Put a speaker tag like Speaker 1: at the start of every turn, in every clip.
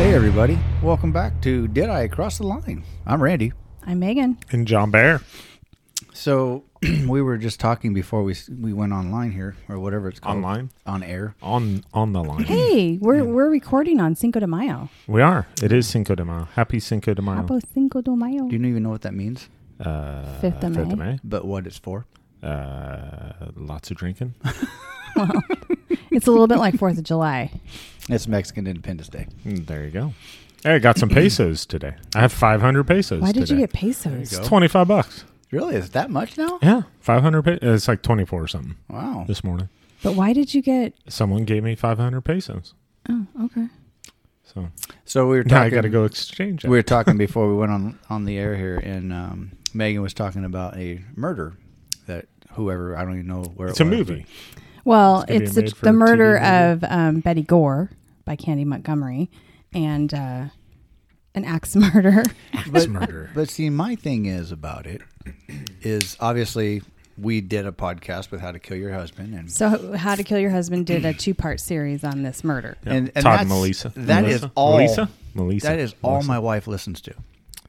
Speaker 1: Hey, everybody. Welcome back to Did I Cross the Line? I'm Randy.
Speaker 2: I'm Megan.
Speaker 3: And John Bear.
Speaker 1: So, we were just talking before we, we went online here, or whatever it's called.
Speaker 3: Online?
Speaker 1: On air.
Speaker 3: On on the line.
Speaker 2: Hey, we're we're recording on Cinco de Mayo.
Speaker 3: We are. It is Cinco de Mayo. Happy Cinco de Mayo.
Speaker 2: Happy Cinco de Mayo.
Speaker 1: Do you even know what that means?
Speaker 3: Uh,
Speaker 2: Fifth of
Speaker 3: Fifth of May.
Speaker 1: But what it's for?
Speaker 3: Uh, lots of drinking.
Speaker 2: It's a little bit like Fourth of July.
Speaker 1: It's Mexican Independence Day.
Speaker 3: Mm, there you go. Hey, I got some pesos today. I have 500 pesos
Speaker 2: Why did you
Speaker 3: today.
Speaker 2: get pesos?
Speaker 1: There you
Speaker 3: It's 25 bucks.
Speaker 1: Really? Is that much now?
Speaker 3: Yeah. 500 pe- It's like 24 or something
Speaker 1: Wow.
Speaker 3: this morning.
Speaker 2: But why did you get?
Speaker 3: Someone gave me 500 pesos.
Speaker 2: Oh, okay.
Speaker 3: So
Speaker 1: So, we were talking.
Speaker 3: now I got to go exchange it.
Speaker 1: We were talking before we went on, on the air here, and um, Megan was talking about a murder that whoever, I don't even know where
Speaker 3: it's
Speaker 1: it
Speaker 3: a
Speaker 1: was,
Speaker 3: movie.
Speaker 2: Well,
Speaker 3: gonna be
Speaker 2: it's, the,
Speaker 3: made for
Speaker 2: the
Speaker 3: a TV
Speaker 2: murder
Speaker 3: movie.
Speaker 2: of um, Betty Gore by Candy Montgomery, and uh, an axe murder.
Speaker 3: It's murder.
Speaker 1: But see, my thing is about it is obviously we did a podcast with how to kill your husband, and
Speaker 2: so, How to Kill Your Husband did a two part series on this murder.
Speaker 3: Yeah.
Speaker 1: and- and
Speaker 3: Todd
Speaker 1: that's-
Speaker 3: and Melissa.
Speaker 1: that is
Speaker 3: Melissa?
Speaker 1: all-
Speaker 3: Melissa? Melissa.
Speaker 1: that is all my wife listens to.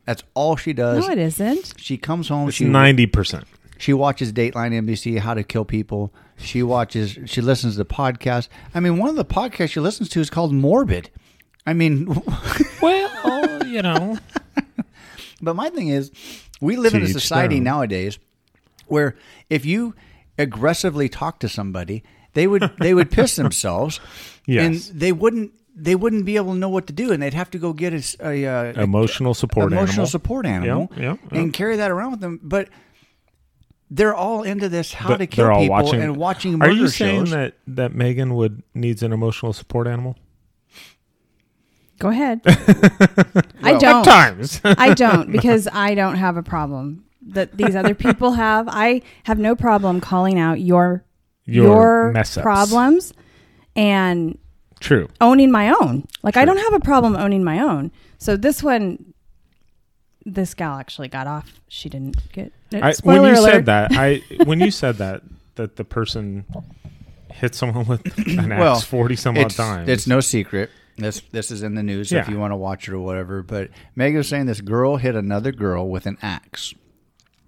Speaker 1: That's all she does.
Speaker 2: No, it isn't.
Speaker 1: she comes home.
Speaker 3: It's
Speaker 1: She
Speaker 3: 90%.
Speaker 1: she watches Dateline NBC, How to Kill People. She watches. She listens to podcasts. I mean, one of the podcasts she listens to is called Morbid. I mean,
Speaker 3: Well, you know.
Speaker 1: But my thing is, we live in a
Speaker 3: To each
Speaker 1: society
Speaker 3: their own.
Speaker 1: nowadays where if you aggressively talk to somebody, they would they would piss themselves,
Speaker 3: Yes.
Speaker 1: and they wouldn't they wouldn't be able to know what to do, and they'd have to go get a, s- a, uh,
Speaker 3: Emotional support
Speaker 1: emotional
Speaker 3: animal.
Speaker 1: support animal,
Speaker 3: Yeah, yeah, yeah.
Speaker 1: and carry that around with them. But they're all into this how
Speaker 3: But
Speaker 1: to kill
Speaker 3: they're all
Speaker 1: people and watching
Speaker 3: Are
Speaker 1: murder
Speaker 3: you saying
Speaker 1: shows.
Speaker 3: that that Megan would needs an emotional support animal?
Speaker 2: Go ahead. I
Speaker 1: Oh.
Speaker 2: don't.
Speaker 3: Times.
Speaker 2: I don't because I don't have a problem that these other people have. I have no problem calling out your
Speaker 3: Your
Speaker 2: your,
Speaker 3: mess-ups.
Speaker 2: problems and
Speaker 3: True.
Speaker 2: owning my own. Like I don't have a problem owning my own. So this one, this gal actually got off. She didn't get.
Speaker 3: I, when
Speaker 2: spoiler
Speaker 3: you
Speaker 2: alert.
Speaker 3: said that, I when you said that that the person hit someone with an axe forty some odd
Speaker 1: it's,
Speaker 3: times.
Speaker 1: It's no secret. This this is in the news if
Speaker 3: Yeah.
Speaker 1: you want to watch it or whatever. But Megan was saying this girl hit another girl with an axe,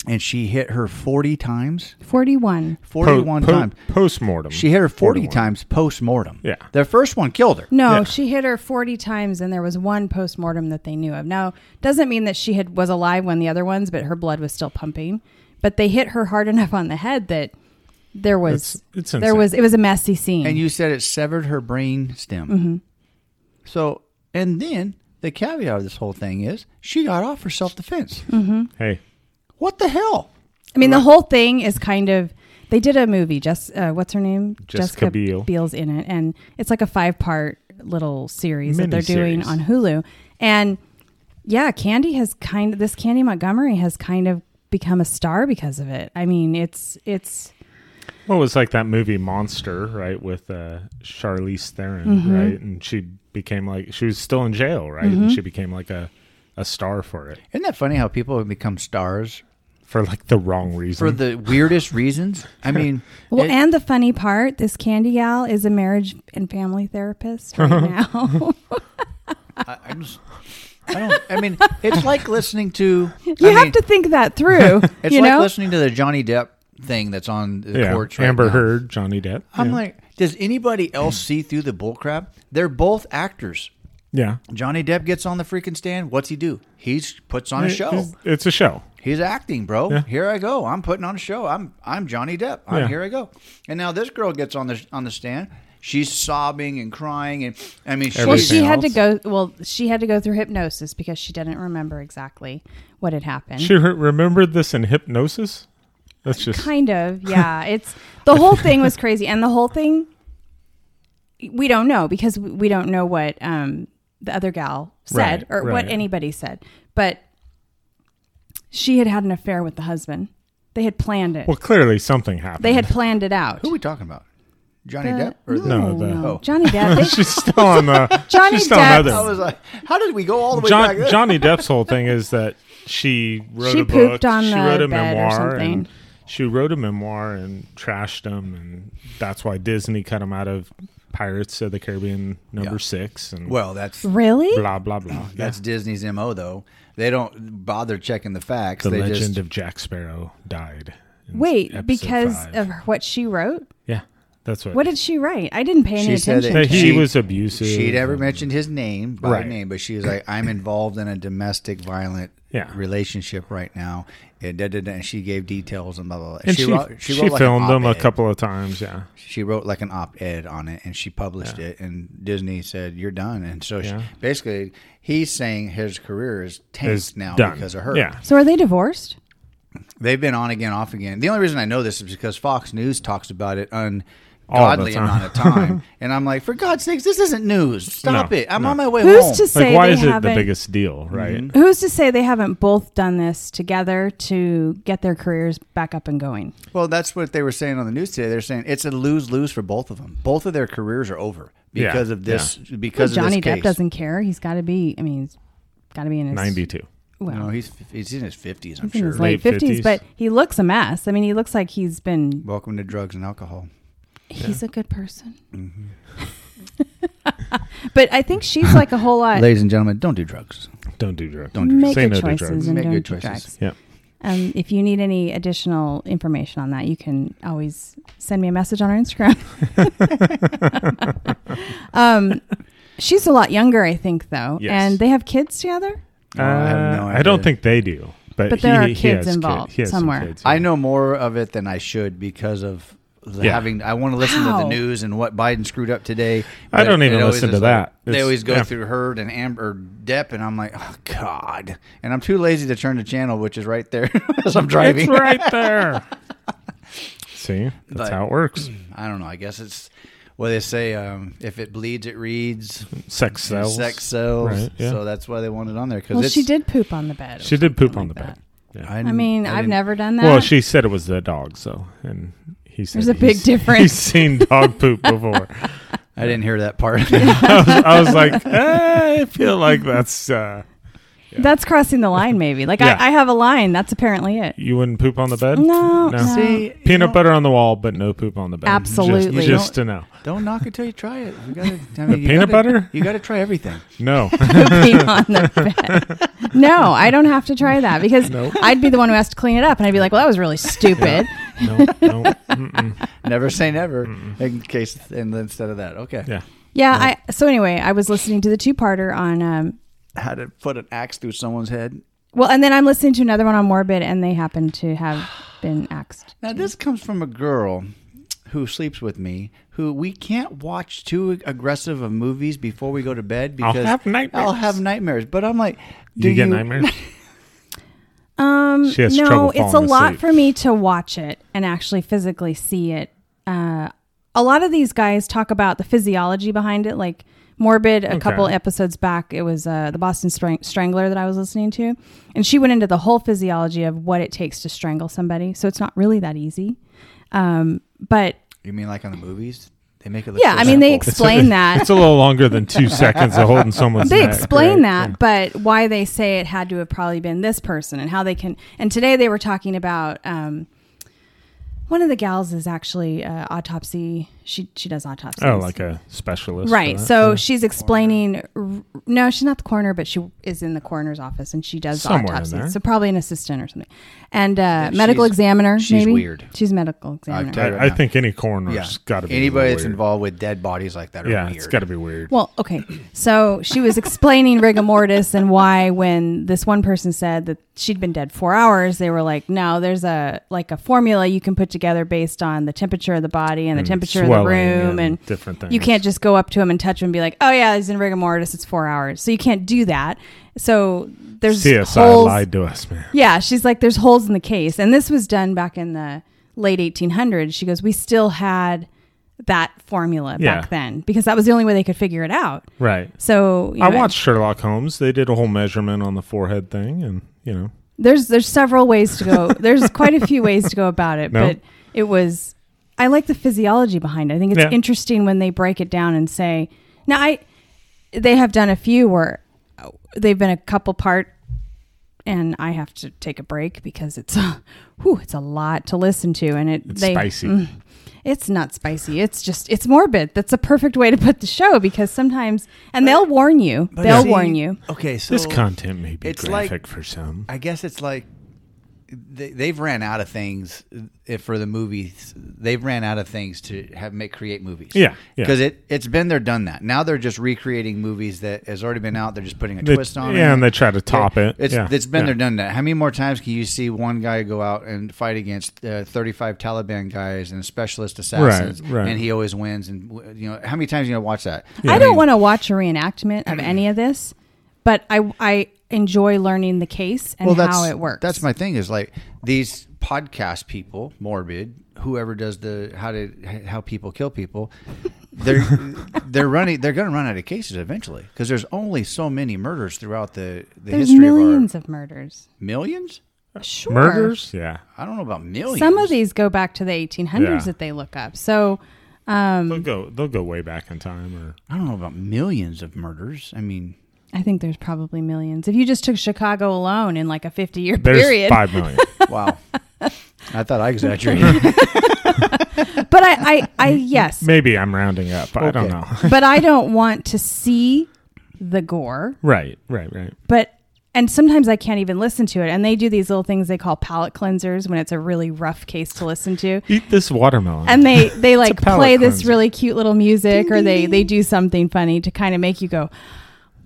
Speaker 1: and she hit her forty times,
Speaker 2: forty-one.
Speaker 1: forty one times.
Speaker 3: post mortem.
Speaker 1: She hit her forty times post mortem.
Speaker 3: Yeah.
Speaker 1: the first one killed her.
Speaker 2: No,
Speaker 3: Yeah.
Speaker 2: she hit her 40 times and there was one postmortem that they knew of. Now, doesn't mean that she had was alive when the other ones, but her blood was still pumping. But they hit her hard enough on the head that there was
Speaker 3: It's- it's
Speaker 2: there
Speaker 3: insane.
Speaker 2: was it was a messy scene.
Speaker 1: And you said it severed her brain stem. So and then the caveat of this whole thing is she got off for self defense.
Speaker 3: Hey,
Speaker 1: What the hell?
Speaker 2: I mean, the whole thing is kind of they did a movie. Just uh, what's her name?
Speaker 3: Jessica Biel.
Speaker 2: Biel's in it, and it's like a five part little series that they're doing
Speaker 3: Miniseries.
Speaker 2: on Hulu. And yeah, Candy has kind of this Candy Montgomery has kind of become a star because of it. I mean, it's it's
Speaker 3: well, it was like that movie Monster, right? With uh, Charlize Theron,
Speaker 2: Mm-hmm.
Speaker 3: right? And she became like she was still in jail, right? And she became like a a star for it
Speaker 1: Isn't that funny how people have become stars
Speaker 3: for like the wrong reason.
Speaker 1: for the weirdest reasons? I mean,
Speaker 2: well.
Speaker 1: it-
Speaker 2: and the funny part, this Candy gal is a marriage and family therapist right now.
Speaker 1: I, am just, I don't. I mean, it's like listening to.
Speaker 2: you
Speaker 1: I
Speaker 2: have
Speaker 1: mean,
Speaker 2: to think that through.
Speaker 1: It's
Speaker 2: you
Speaker 1: like
Speaker 2: know,
Speaker 1: listening to the Johnny Depp thing that's on the
Speaker 3: yeah,
Speaker 1: courts. Right
Speaker 3: Amber
Speaker 1: now.
Speaker 3: Heard, Johnny Depp.
Speaker 1: I'm
Speaker 3: yeah.
Speaker 1: like, does anybody else see through the bullcrap? They're both actors.
Speaker 3: yeah.
Speaker 1: Johnny Depp gets on the freaking stand. What's he do? He's puts on a
Speaker 3: It-
Speaker 1: show.
Speaker 3: It's, it's a show.
Speaker 1: He's acting, bro.
Speaker 3: Yeah.
Speaker 1: Here I go. I'm putting on a show. I'm I'm Johnny Depp. I'm,
Speaker 3: Yeah.
Speaker 1: Here I go. And now this girl gets on the on the stand. She's sobbing and crying, and I mean,
Speaker 2: Well,
Speaker 1: she's,
Speaker 2: she had
Speaker 3: everything
Speaker 2: to
Speaker 3: else.
Speaker 2: go. Well, she had to go through hypnosis because she didn't remember exactly what had happened.
Speaker 3: She re- remembered this in hypnosis. That's just
Speaker 2: kind of, yeah. It's the whole thing was crazy, and the whole thing we don't know because we we don't know what um, the other gal said
Speaker 3: Right,
Speaker 2: or
Speaker 3: right.
Speaker 2: what anybody said. But she had had an affair with the husband. They had planned it.
Speaker 3: well. Clearly, something happened.
Speaker 2: they had planned it out.
Speaker 1: who are we talking about? Johnny
Speaker 2: Uh,
Speaker 1: Depp or the
Speaker 3: No, the-
Speaker 1: Oh.
Speaker 2: Johnny Depp. They-
Speaker 3: She's still on the.
Speaker 2: Johnny
Speaker 3: she's still on
Speaker 2: Depp's-
Speaker 3: other
Speaker 1: I
Speaker 3: one.
Speaker 1: was like, how did we go all the way back?
Speaker 3: John,
Speaker 1: there?
Speaker 3: Johnny Depp's whole thing is that she wrote
Speaker 2: She
Speaker 3: a book.
Speaker 2: pooped on
Speaker 3: she
Speaker 2: the
Speaker 3: wrote a
Speaker 2: bed or
Speaker 3: memoir
Speaker 2: something.
Speaker 3: and she wrote a memoir and trashed him, and that's why Disney cut him out of Pirates of the Caribbean number six and
Speaker 1: Well, that's
Speaker 2: Really?
Speaker 3: blah blah blah.
Speaker 1: that's Disney's mo though. They don't bother checking the facts.
Speaker 3: the
Speaker 1: they
Speaker 3: legend
Speaker 1: just
Speaker 3: of Jack Sparrow died. in
Speaker 2: Wait,
Speaker 3: episode
Speaker 2: because
Speaker 3: five.
Speaker 2: of what she wrote?
Speaker 3: yeah, that's what.
Speaker 2: What did she write? I didn't pay any
Speaker 1: She said
Speaker 2: attention.
Speaker 1: that
Speaker 3: That
Speaker 2: to
Speaker 3: he
Speaker 1: She-
Speaker 3: was abusive.
Speaker 1: she never
Speaker 3: and-
Speaker 1: mentioned his name by
Speaker 3: Right.
Speaker 1: name, but she was like, "I'm involved in a domestic violent
Speaker 3: Yeah.
Speaker 1: relationship right now," and, da, da, da, and she gave details and blah blah. blah.
Speaker 3: And she,
Speaker 1: wrote-
Speaker 3: she,
Speaker 1: wrote like an
Speaker 3: filmed them a
Speaker 1: op-ed.
Speaker 3: couple of times. Yeah,
Speaker 1: She wrote like an op-ed on it, and she published it. And Disney said, "You're done." And so
Speaker 3: Yeah.
Speaker 1: she, basically, he's saying his career is tanked
Speaker 3: It's
Speaker 1: now
Speaker 3: done.
Speaker 1: because of her.
Speaker 3: Yeah,
Speaker 2: So are they divorced?
Speaker 1: They've been on again, off again. The only reason I know this is because Fox News talks about it ungodly
Speaker 3: All the time.
Speaker 1: amount of time, and I'm like, for God's sakes, this isn't news. Stop
Speaker 3: No,
Speaker 1: it! I'm
Speaker 3: no.
Speaker 1: on my way home.
Speaker 2: Who's to say
Speaker 3: like why
Speaker 2: they
Speaker 3: is it
Speaker 2: haven't?
Speaker 3: the biggest deal,
Speaker 1: Mm-hmm.
Speaker 3: right?
Speaker 2: Who's to say they haven't both done this together to get their careers back up and going?
Speaker 1: Well, that's what they were saying on the news today. They're saying it's a lose lose for both of them. Both of their careers are over
Speaker 3: Yeah,
Speaker 1: because of this. Because
Speaker 2: Johnny
Speaker 1: of this
Speaker 2: Depp
Speaker 1: case.
Speaker 2: doesn't care. He's got to be. I mean, he's got to be in his
Speaker 3: Ninety-two.
Speaker 2: Well,
Speaker 1: No, he's he's in his fifties. I'm
Speaker 2: he's in
Speaker 1: sure.
Speaker 2: his late
Speaker 3: Late 50s.
Speaker 2: fifties, but he looks a mess. I mean, he looks like he's been.
Speaker 1: Welcome to drugs and alcohol.
Speaker 2: He's a good person.
Speaker 1: Mm-hmm.
Speaker 2: but I think she's like a whole lot.
Speaker 1: Ladies and gentlemen, don't do drugs.
Speaker 3: Don't do drugs.
Speaker 1: Don't do
Speaker 2: Make
Speaker 3: Say
Speaker 2: good
Speaker 3: no to
Speaker 2: choices
Speaker 3: drugs.
Speaker 2: and
Speaker 1: Make
Speaker 2: don't
Speaker 1: good
Speaker 2: do
Speaker 1: choices.
Speaker 2: drugs.
Speaker 3: Yeah.
Speaker 2: Um, if you need any additional information on that, you can always send me a message on our Instagram. um, she's a lot younger, I think, though,
Speaker 3: Yes.
Speaker 2: and they have kids together.
Speaker 1: No, I have no
Speaker 3: Uh, I don't
Speaker 1: idea.
Speaker 3: think they do, but,
Speaker 2: But
Speaker 3: he-
Speaker 2: there are
Speaker 3: he,
Speaker 2: kids
Speaker 3: has kid-
Speaker 2: involved
Speaker 3: he has some
Speaker 2: somewhere.
Speaker 3: kids,
Speaker 1: I
Speaker 3: yeah.
Speaker 1: know more of it than I should because of the
Speaker 3: Yeah.
Speaker 1: having. I want to listen to
Speaker 2: How?
Speaker 1: the news and what Biden screwed up today.
Speaker 3: I
Speaker 1: but
Speaker 3: don't even
Speaker 1: it always
Speaker 3: listen to
Speaker 1: is like-
Speaker 3: that.
Speaker 1: they
Speaker 3: It's-
Speaker 1: always go
Speaker 3: yeah.
Speaker 1: through Heard and Amber or Depp, and I'm like, oh God. And I'm too lazy to turn the channel, which is right there as I'm driving.
Speaker 3: It's right there. See, that's
Speaker 1: But-
Speaker 3: how it works.
Speaker 1: I don't know. I guess it's what they say. Um, if it bleeds, it reads.
Speaker 3: Sex sells.
Speaker 1: Sex sells.
Speaker 3: Right, yeah.
Speaker 1: So that's why they want it on there. Because
Speaker 2: Well, she did poop on the bed.
Speaker 3: She did poop on the
Speaker 2: Something like
Speaker 3: bed. Yeah.
Speaker 1: I,
Speaker 2: I mean, I have
Speaker 1: didn't-
Speaker 2: never done that.
Speaker 3: Well, she said it was the dog, so and he said
Speaker 2: There's a
Speaker 3: he's-
Speaker 2: big difference.
Speaker 3: He's seen dog poop before.
Speaker 1: I didn't hear that part.
Speaker 3: I, was, I was like, eh, I feel like that's uh,
Speaker 2: That's crossing the line, maybe. Like
Speaker 3: Yeah.
Speaker 2: I, I have a line. That's apparently it.
Speaker 3: you wouldn't poop on the bed.
Speaker 2: No, no.
Speaker 1: See,
Speaker 3: Peanut butter on the wall, but no poop on the bed. Just-
Speaker 2: Absolutely.
Speaker 3: just, to know.
Speaker 1: Don't knock it till you try it. You gotta, I mean, you
Speaker 3: peanut
Speaker 1: gotta-
Speaker 3: butter?
Speaker 1: You got to try everything.
Speaker 3: No,
Speaker 2: Pooping on the bed. No, I don't have to try that because
Speaker 3: Nope.
Speaker 2: I'd be the one who has to clean it up, and I'd be like, "Well, that was really stupid."
Speaker 3: no, no. Mm-mm.
Speaker 1: Never say never in case and instead of that. Okay.
Speaker 3: Yeah,
Speaker 2: Yeah, I so anyway, I was listening to the two-parter on um
Speaker 1: How to put an axe through someone's head.
Speaker 2: well, and then I'm listening to another one on Morbid and they happen to have been axed.
Speaker 1: Now this comes from a girl who sleeps with me who we can't watch too aggressive of movies before we go to bed
Speaker 3: I'll
Speaker 1: because
Speaker 3: have nightmares.
Speaker 1: I'll have nightmares. But I'm like, do
Speaker 3: you, get nightmares.
Speaker 2: Um
Speaker 3: She has
Speaker 2: no,
Speaker 3: trouble
Speaker 2: it's a
Speaker 3: falling
Speaker 2: lot
Speaker 3: asleep.
Speaker 2: for me to watch it and actually physically see it. Uh a lot of these guys talk about the physiology behind it like Morbid a couple episodes back it was uh, the Boston Strang- Strangler that I was listening to and she went into the whole physiology of what it takes to strangle somebody. So it's not really that easy. Um but
Speaker 1: You mean like on the movies? They make it look.
Speaker 2: yeah,
Speaker 1: so
Speaker 2: I mean they
Speaker 1: simple.
Speaker 2: explain that.
Speaker 3: It's a little longer than two seconds of holding someone's.
Speaker 2: they
Speaker 3: neck,
Speaker 2: explain
Speaker 3: right?
Speaker 2: that, but why they say it had to have probably been this person and how they can. And today they were talking about um, one of the gals is actually uh, autopsy. She she does autopsy.
Speaker 3: Oh, like a specialist, for
Speaker 2: right.
Speaker 3: that.
Speaker 2: So she's explaining. r- No, she's not the coroner, but she is in the coroner's office and she does
Speaker 3: Somewhere in there.
Speaker 2: autopsy. So probably an assistant or something, and uh, medical
Speaker 1: she's-
Speaker 2: examiner.
Speaker 1: she's
Speaker 2: maybe?
Speaker 1: weird.
Speaker 2: She's medical examiner.
Speaker 1: tell you
Speaker 3: I, I think any coroner's
Speaker 1: yeah.
Speaker 3: got to Oh, be a little
Speaker 1: Anybody that's
Speaker 3: weird.
Speaker 1: involved with dead bodies like that are
Speaker 3: Yeah,
Speaker 1: weird.
Speaker 3: it's got to be weird.
Speaker 2: Well, okay. So she was explaining rigor mortis and why, when this one person said that she'd been dead four hours, they were like, "No, there's a like a formula you can put together based on the temperature of the body and the temperature of the
Speaker 3: Mm, swelling
Speaker 2: room,
Speaker 3: and
Speaker 2: and
Speaker 3: different
Speaker 2: You
Speaker 3: things.
Speaker 2: can't just go up to him and touch him and be like, "Oh yeah, he's in rigor mortis. It's four hours." So you can't do that. So there's
Speaker 3: CSI
Speaker 2: holes.
Speaker 3: lied to us, man.
Speaker 2: Yeah, she's like, there's holes in the case. And this was done back in the late 1800s. She goes, we still had that formula
Speaker 3: Yeah.
Speaker 2: back then because that was the only way they could figure it out.
Speaker 3: Right.
Speaker 2: So you
Speaker 3: I
Speaker 2: know,
Speaker 3: watched Sherlock Holmes. They did a whole measurement on the forehead thing, and you know,
Speaker 2: There's there's several ways to go. there's quite a few ways to go about it,
Speaker 3: No.
Speaker 2: but it was. I like the physiology behind it. I think it's
Speaker 3: Yeah.
Speaker 2: interesting when they break it down and say, uh, now I, they have done a few where they've been a couple part and I have to take a break because it's a, whew, it's a lot to listen to, and it
Speaker 3: It's
Speaker 2: they- Mm.
Speaker 3: spicy.
Speaker 2: It's not spicy. It's just it's morbid. That's a perfect way to put the show because sometimes and they'll warn you.
Speaker 1: But
Speaker 2: they'll
Speaker 1: see-
Speaker 2: warn you.
Speaker 1: Okay, so
Speaker 3: this content may be
Speaker 1: it's like-
Speaker 3: graphic for some.
Speaker 1: I guess it's like they, they've ran out of things if for the movies. They've ran out of things to have make create movies.
Speaker 3: Yeah, yeah.
Speaker 1: because it it's been there, done that. Now they're just recreating movies that has already been out. They're just putting a
Speaker 3: They-
Speaker 1: twist on it.
Speaker 3: yeah, and they try to top it.
Speaker 1: It's
Speaker 3: Yeah,
Speaker 1: it's been
Speaker 3: yeah.
Speaker 1: there, done that. How many more times can you see one guy go out and fight against uh, thirty five Taliban guys and specialist assassins,
Speaker 3: right.
Speaker 1: and he always wins? And w- you know how many times you gonna watch that?
Speaker 2: I don't want to watch a reenactment of any of this, but I I enjoy learning the case and how it works.
Speaker 1: That's my thing is like these podcast people, morbid, whoever does the how to how people kill people, they're they're running they're going to run out of cases eventually because there's only so many murders throughout the the
Speaker 2: There's
Speaker 1: history
Speaker 2: millions
Speaker 1: of
Speaker 2: of, murders.
Speaker 1: our millions.
Speaker 2: Sure.
Speaker 3: Murders? Yeah.
Speaker 1: I don't know about millions.
Speaker 2: Some of these go back to the 1800s
Speaker 3: Yeah.
Speaker 2: that they look up. So um,
Speaker 3: They'll go they'll go way back in time or
Speaker 1: I don't know about millions of murders. I mean,
Speaker 2: I think there's probably millions. If you just took Chicago alone in like a 50 year
Speaker 3: there's
Speaker 2: period,
Speaker 3: five million.
Speaker 1: wow. I thought I exaggerated.
Speaker 2: but I, I, I yes,
Speaker 3: Maybe I'm rounding up. I don't
Speaker 1: Okay.
Speaker 3: know.
Speaker 2: but I don't want to see the gore.
Speaker 3: right, right, right.
Speaker 2: But and sometimes I can't even listen to it. And they do these little things they call palate cleansers when it's a really rough case to listen to.
Speaker 3: Eat this watermelon.
Speaker 2: And they they like
Speaker 3: palate
Speaker 2: play this
Speaker 3: cleanser.
Speaker 2: really cute little music, or they they do something funny to kind of make you go.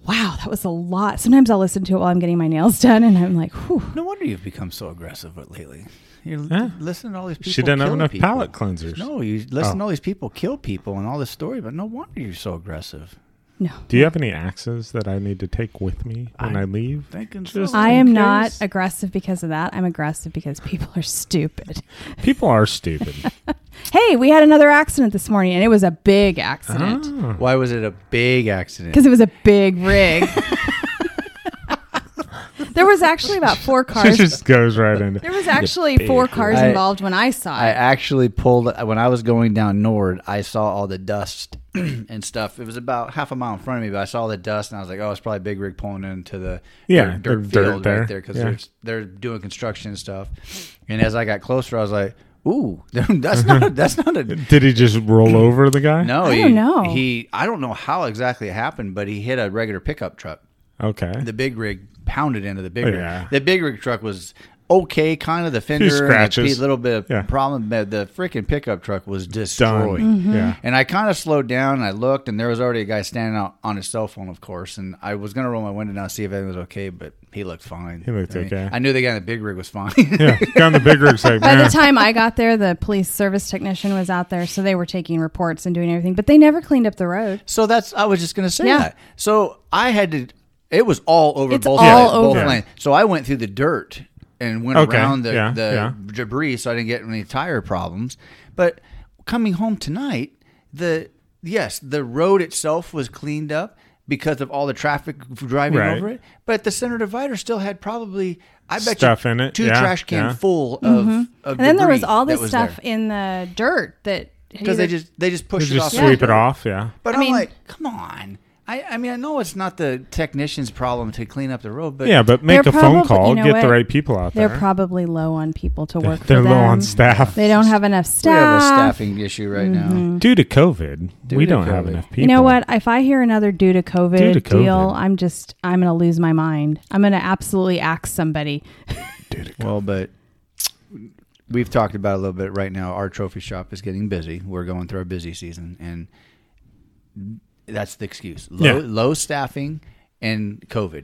Speaker 2: Wow, that was a lot. Sometimes I'll listen to it while I'm getting my nails done, and I'm like, whew.
Speaker 1: no wonder you've become so aggressive lately. You're
Speaker 3: Yeah.
Speaker 1: listening to all these people.
Speaker 3: she didn't have
Speaker 1: kill
Speaker 3: enough
Speaker 1: people.
Speaker 3: palate cleansers.
Speaker 1: No, you listen
Speaker 3: Oh.
Speaker 1: to all these people kill people and all this story, but no wonder you're so aggressive.
Speaker 2: No,
Speaker 3: Do you have any axes that I need to take with me when I,
Speaker 1: I-
Speaker 3: leave?
Speaker 1: Thinking
Speaker 3: Just-
Speaker 1: so.
Speaker 2: I
Speaker 3: in
Speaker 2: am not
Speaker 3: case.
Speaker 2: aggressive because of that. I'm aggressive because people are stupid.
Speaker 3: People are stupid.
Speaker 2: Hey, we had another accident this morning, and it was a big accident
Speaker 3: Ah.
Speaker 1: Why was it a big accident?
Speaker 2: because it was a big rig. there was actually about four
Speaker 3: She
Speaker 2: cars.
Speaker 3: just goes right into
Speaker 2: There was actually four cars
Speaker 1: I-
Speaker 2: involved when I saw
Speaker 1: I
Speaker 2: it.
Speaker 1: actually pulled when I was going down Nord. I saw all the dust and stuff. It was about half a mile in front of me, but I saw the dust and I was like, "Oh, it's probably Big Rig pulling into the
Speaker 3: Yeah,
Speaker 1: dirt, dirt
Speaker 3: the dirt
Speaker 1: field
Speaker 3: there.
Speaker 1: right there because
Speaker 3: Yeah.
Speaker 1: they're they're doing construction and stuff." And as I got closer, I was like, "Ooh, that's not a, that's not a
Speaker 3: Did he just roll over the guy?
Speaker 1: no."
Speaker 2: I
Speaker 1: he,
Speaker 2: don't know.
Speaker 1: He I don't know how exactly it happened, but he hit a regular pickup truck.
Speaker 3: Okay.
Speaker 1: the big rig pounded into the big rig.
Speaker 3: Oh, Yeah.
Speaker 1: The big rig truck was okay, kind of the fender,
Speaker 3: scratches.
Speaker 1: and a little bit of
Speaker 3: Yeah.
Speaker 1: problem, but the freaking pickup truck was
Speaker 3: Done. Mm-hmm.
Speaker 1: destroyed.
Speaker 3: Yeah.
Speaker 1: And I kind of slowed down and I looked, and there was already a guy standing out on his cell phone, of course. And I was going to roll my window down and see if everything was okay, but he looked fine. He
Speaker 3: looked okay.
Speaker 1: I knew the guy in the big rig was fine.
Speaker 3: Yeah. Got in the big rig's like,
Speaker 2: By
Speaker 3: "Meh."
Speaker 2: the time I got there, the police service technician was out there, so they were taking reports and doing everything, but they never cleaned up the road.
Speaker 1: So that's I was just gonna say
Speaker 2: Yeah.
Speaker 1: that. So I had to. It was all over
Speaker 2: It's
Speaker 1: both
Speaker 2: all
Speaker 1: sides, both
Speaker 2: over.
Speaker 1: lanes. So I went through the dirt and went
Speaker 3: Okay,
Speaker 1: around the,
Speaker 3: yeah,
Speaker 1: the
Speaker 3: yeah.
Speaker 1: debris, so I didn't get any tire problems. But coming home tonight, the yes, the road itself was cleaned up because of all the traffic driving
Speaker 3: Right.
Speaker 1: over it. But the center divider still had probably I bet
Speaker 3: Stuff
Speaker 1: you
Speaker 3: in it,
Speaker 1: two
Speaker 3: yeah,
Speaker 1: trash cans
Speaker 3: yeah.
Speaker 1: full of, of
Speaker 2: Mm-hmm. And then there was
Speaker 1: debris
Speaker 2: all
Speaker 1: that
Speaker 2: this
Speaker 1: was
Speaker 2: stuff in the dirt that
Speaker 1: because they just they just
Speaker 3: You
Speaker 1: pushed it off.
Speaker 3: just
Speaker 1: the
Speaker 3: sweep it
Speaker 1: dirt.
Speaker 3: off. Yeah.
Speaker 1: But
Speaker 2: I
Speaker 1: I am
Speaker 2: mean-
Speaker 1: like, come on. I, I mean, I know it's not the technician's problem to clean up the road, but
Speaker 3: Yeah, but make
Speaker 2: They're
Speaker 3: a phone
Speaker 2: probably-
Speaker 3: call,
Speaker 2: you know
Speaker 3: get the
Speaker 2: what?
Speaker 3: right people out
Speaker 2: they're
Speaker 3: there.
Speaker 2: probably low on people to work
Speaker 3: They're
Speaker 2: for
Speaker 3: low
Speaker 2: them.
Speaker 3: on staff.
Speaker 2: They don't have enough staff.
Speaker 1: we have a staffing issue right now.
Speaker 3: Due to COVID, we
Speaker 1: to
Speaker 3: don't have
Speaker 1: COVID.
Speaker 3: enough people.
Speaker 2: You know what? If I hear another due to COVID,
Speaker 3: Due to
Speaker 2: deal,
Speaker 3: COVID.
Speaker 2: I'm just I'm gonna lose my mind. I'm gonna absolutely axe somebody.
Speaker 1: Well, but we've talked about it a little bit right now. Our trophy shop is getting busy. We're going through our busy season, and that's the excuse: low,
Speaker 3: Yeah.
Speaker 1: low staffing and COVID.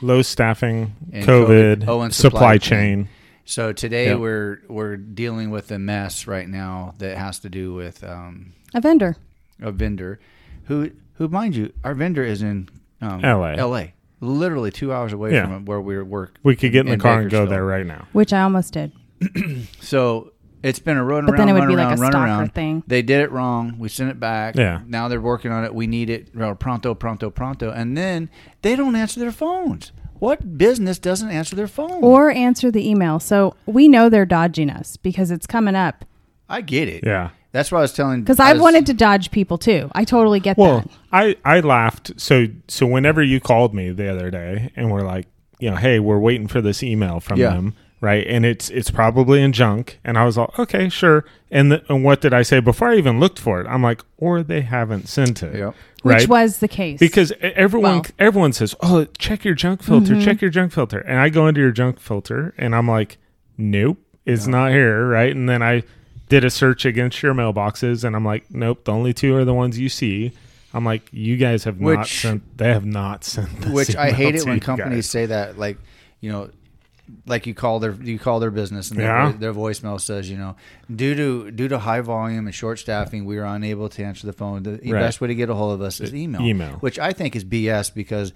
Speaker 3: Low staffing,
Speaker 1: And
Speaker 3: COVID,
Speaker 1: COVID. Oh, and
Speaker 3: supply,
Speaker 1: supply
Speaker 3: chain.
Speaker 1: So today
Speaker 3: Yep.
Speaker 1: we're we're dealing with a mess right now that has to do with um,
Speaker 2: A vendor.
Speaker 1: a vendor who who mind you our vendor is in um,
Speaker 3: LA.
Speaker 1: LA literally 2 hours away
Speaker 3: Yeah.
Speaker 1: from where we work
Speaker 3: We could get in the
Speaker 1: In
Speaker 3: car and go
Speaker 1: Bakersfield.
Speaker 3: there right now.
Speaker 2: Which I almost did.
Speaker 1: so it's been a run
Speaker 2: But
Speaker 1: around
Speaker 2: then it would
Speaker 1: run
Speaker 2: be like
Speaker 1: around
Speaker 2: a
Speaker 1: run
Speaker 2: stalker
Speaker 1: around
Speaker 2: thing.
Speaker 1: they did it wrong we sent it back
Speaker 3: Yeah.
Speaker 1: now they're working on it we need it well, pronto pronto pronto and then they don't answer their phones what business doesn't answer their phone
Speaker 2: Or answer the email. So we know they're dodging us because it's coming up.
Speaker 1: I get it
Speaker 3: Yeah.
Speaker 1: that's why I was telling
Speaker 2: Because I wanted to dodge people too. I totally get
Speaker 3: Well,
Speaker 2: that.
Speaker 3: I I laughed. So so whenever you called me the other day and we're like, you know, hey, we're waiting for this email from
Speaker 1: Yeah.
Speaker 3: them, right? And it's it's probably in junk. And I was all, okay, sure. And, the, and what did I say before I even looked for it? I'm like, or they haven't sent it,
Speaker 1: Yep.
Speaker 3: right?
Speaker 2: which was the case.
Speaker 3: because e- everyone
Speaker 2: Well- Mm-hmm.
Speaker 3: everyone says, "Oh, check your junk filter, check your junk filter," and I go into your junk filter, and I'm like, "Nope, it's not here." Right, and then I did a search against your mailboxes, and I'm like, "Nope, the only two are the ones you see." I'm like, "You guys have not
Speaker 1: Which-
Speaker 3: sent. They have not sent." This
Speaker 1: which I
Speaker 3: email
Speaker 1: hate it
Speaker 3: to
Speaker 1: when
Speaker 3: you
Speaker 1: companies
Speaker 3: guys."
Speaker 1: say that, like, you know, like you call their you call their business and their,
Speaker 3: Yeah.
Speaker 1: their voicemail says, you know, due to due to high volume and short staffing, we are unable to answer the phone. The
Speaker 3: Right.
Speaker 1: best way to get a hold of us is email.
Speaker 3: email.
Speaker 1: which I think is BS because.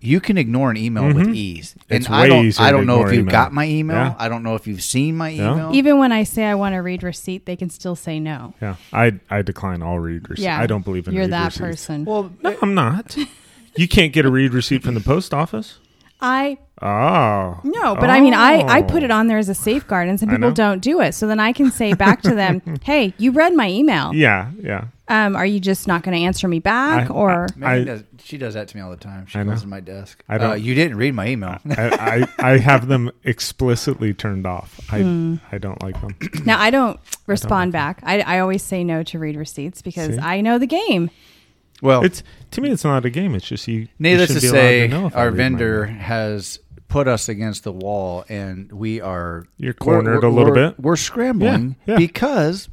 Speaker 1: You can ignore an email with ease, and
Speaker 3: Mm-hmm. It's
Speaker 1: I
Speaker 3: way
Speaker 1: don't.
Speaker 3: easier
Speaker 1: I
Speaker 3: to
Speaker 1: don't know if
Speaker 3: ignore
Speaker 1: you
Speaker 3: email.
Speaker 1: got my email.
Speaker 3: Yeah.
Speaker 1: I don't know if you've seen my
Speaker 3: Yeah.
Speaker 1: email.
Speaker 2: even when I say I want to read receipt, they can still say no.
Speaker 3: "Yeah, I I decline all read receipts.
Speaker 2: Yeah,
Speaker 3: I don't believe in
Speaker 2: you're
Speaker 3: read
Speaker 2: that
Speaker 3: receipts.
Speaker 2: person.
Speaker 1: Well,
Speaker 3: No, I'm not. you can't get a read receipt from the post office.
Speaker 2: I
Speaker 3: Oh
Speaker 2: no, but I mean, I I put
Speaker 3: Oh.
Speaker 2: it on there as a safeguard, and some
Speaker 3: I
Speaker 2: people
Speaker 3: know.
Speaker 2: don't do it. So then I can say back to them, "Hey, you read my email.
Speaker 3: Oh. Yeah, yeah.
Speaker 2: Um, are you just not going to answer me back?"
Speaker 3: I-
Speaker 2: or
Speaker 1: Megan
Speaker 3: I-
Speaker 1: does, she does that to me all the time. She
Speaker 3: I know.
Speaker 1: comes to my desk.
Speaker 3: I don't-
Speaker 1: Uh, you didn't read my email.
Speaker 3: I, I, I have them explicitly turned off. I
Speaker 2: Hmm.
Speaker 3: I don't like them.
Speaker 2: now I don't respond back. I I always say no to read receipts because
Speaker 3: See?
Speaker 2: I know the game.
Speaker 1: well,
Speaker 3: It's to me, it's not a game. It's just you. you
Speaker 1: Needless to
Speaker 3: should be allowed
Speaker 1: say,
Speaker 3: know if I
Speaker 1: our
Speaker 3: read mine.
Speaker 1: vendor has put us against the wall, and we are we're-
Speaker 3: You're cornered
Speaker 1: we're-
Speaker 3: a little
Speaker 1: we're-
Speaker 3: bit.
Speaker 1: We're scrambling
Speaker 3: Yeah, yeah.
Speaker 1: because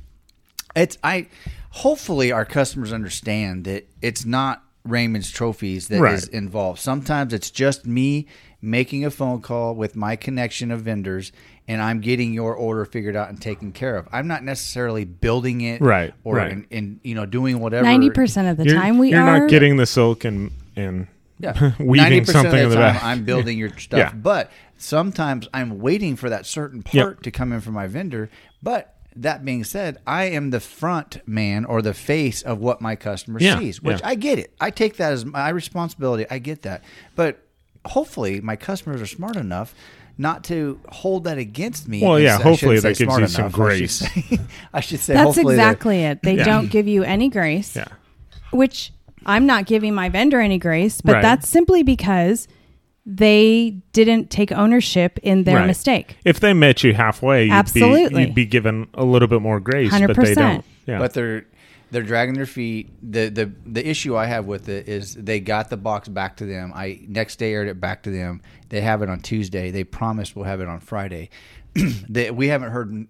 Speaker 1: it's I. Hopefully, our customers understand that it's not Raymond's trophies that is
Speaker 3: Right.
Speaker 1: involved. Sometimes it's just me making a phone call with my connection of vendors, and I'm getting your order figured out and taken care of. I'm not necessarily building it,
Speaker 3: Right,
Speaker 1: or
Speaker 3: right.
Speaker 1: In, in, you know doing whatever
Speaker 2: Ninety percent of the
Speaker 3: You're,
Speaker 2: time, we
Speaker 3: you're
Speaker 2: are
Speaker 3: not getting the silk and and
Speaker 1: yeah.
Speaker 3: weaving
Speaker 1: 90%
Speaker 3: something in
Speaker 1: of
Speaker 3: the
Speaker 1: the time
Speaker 3: back.
Speaker 1: I'm building your stuff,
Speaker 3: Yeah.
Speaker 1: but sometimes I'm waiting for that certain
Speaker 3: Yep.
Speaker 1: part to come in from my vendor. But that being said, I am the front man or the face of what my customer
Speaker 3: Yeah,
Speaker 1: sees, which
Speaker 3: yeah.
Speaker 1: I get it. I take that as my responsibility. I get that. But hopefully, my customers are smart enough not to hold that against me.
Speaker 3: Well,
Speaker 1: and s-
Speaker 3: yeah,
Speaker 1: I shouldn't
Speaker 3: hopefully
Speaker 1: say
Speaker 3: that gives
Speaker 1: smart
Speaker 3: you some
Speaker 1: enough. I should
Speaker 3: grace.
Speaker 1: say- I should say
Speaker 2: That's
Speaker 1: hopefully that-
Speaker 2: exactly it. They
Speaker 3: Yeah.
Speaker 2: don't give you any grace.
Speaker 3: Yeah.
Speaker 2: Which I'm not giving my vendor any grace, but
Speaker 3: Right.
Speaker 2: that's simply because they didn't take ownership in their
Speaker 3: Right.
Speaker 2: mistake.
Speaker 3: If they met you halfway, you'd Be,
Speaker 2: Absolutely.
Speaker 3: you'd be given a little bit more grace, but they
Speaker 2: 100%.
Speaker 3: don't. Yeah.
Speaker 1: but they're they're dragging their feet. The the the issue I have with it is they got the box back to them. I next day aired it back to them. They have it on Tuesday. They promised we'll have it on Friday. they, we haven't heard n-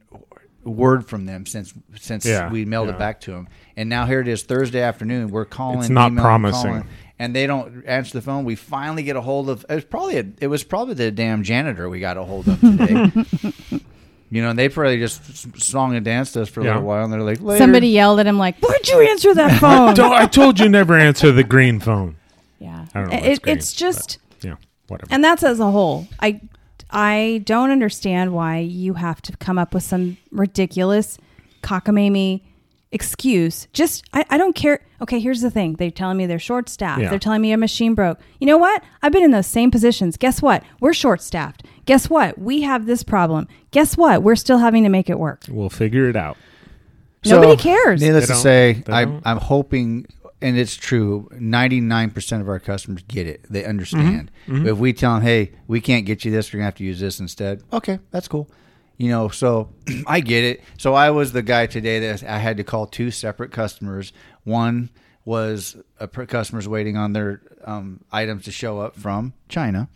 Speaker 1: word from them since since
Speaker 3: Yeah,
Speaker 1: we mailed
Speaker 3: yeah.
Speaker 1: it back to them. And now here it is Thursday afternoon. We're calling.
Speaker 3: It's not
Speaker 1: emailing,
Speaker 3: promising.
Speaker 1: calling, and they don't answer the phone. We finally get a hold of. It was probably a, it was probably the damn janitor we got a hold of today. You know, and they probably just s- song and danced us for a
Speaker 3: Yeah.
Speaker 1: little while, and they're like, Later.
Speaker 2: Somebody yelled at him like, "Why'd you answer that phone?"
Speaker 3: don't, I told you never answer the green phone.
Speaker 2: yeah,
Speaker 3: I don't know
Speaker 2: It-
Speaker 3: what's green,
Speaker 2: it's just,
Speaker 3: Yeah. Whatever.
Speaker 2: and that's as a whole. I I don't understand why you have to come up with some ridiculous cockamamie excuse. Just I, I don't care. Okay, here's the thing. They're telling me they're short staffed.
Speaker 3: Yeah.
Speaker 2: They're telling me a machine broke. You know what? I've been in those same positions. Guess what? We're short staffed. Guess what? We have this problem. Guess what? We're still having to make it work.
Speaker 3: We'll figure it out.
Speaker 2: Nobody cares.
Speaker 1: Needless
Speaker 3: They
Speaker 1: to
Speaker 3: don't.
Speaker 1: say,
Speaker 3: They
Speaker 1: I'm,
Speaker 3: don't.
Speaker 1: I'm hoping, and it's true, 99% of our customers get it. They understand. If we tell them, hey, we can't get you this, we're going to have to use this instead. Okay, that's cool. You know, so I get it. So I was the guy today that I had to call two separate customers. One was a per- customers waiting on their um, items to show up from China.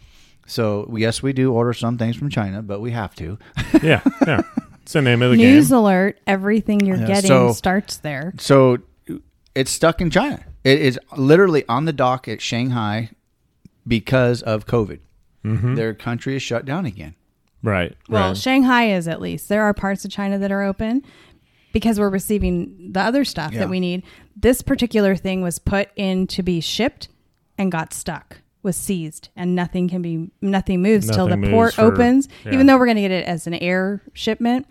Speaker 1: So yes, we do order some things from China, but we have to.
Speaker 3: Yeah. Yeah. It's the name of the
Speaker 2: News
Speaker 3: game.
Speaker 2: alert, everything you're getting
Speaker 1: so-
Speaker 2: starts there.
Speaker 1: so it's stuck in China. It is literally on the dock at Shanghai because of COVID. Their country is shut down again.
Speaker 3: Right.
Speaker 2: Well,
Speaker 3: right.
Speaker 2: Shanghai is at least. There are parts of China that are open because we're receiving the other stuff
Speaker 1: Yeah.
Speaker 2: that we need. This particular thing was put in to be shipped and got stuck, was seized, and nothing can be nothing moves till the
Speaker 3: Nothing
Speaker 2: port
Speaker 3: moves for-
Speaker 2: opens.
Speaker 3: yeah.
Speaker 2: Even though we're going to get it as an air shipment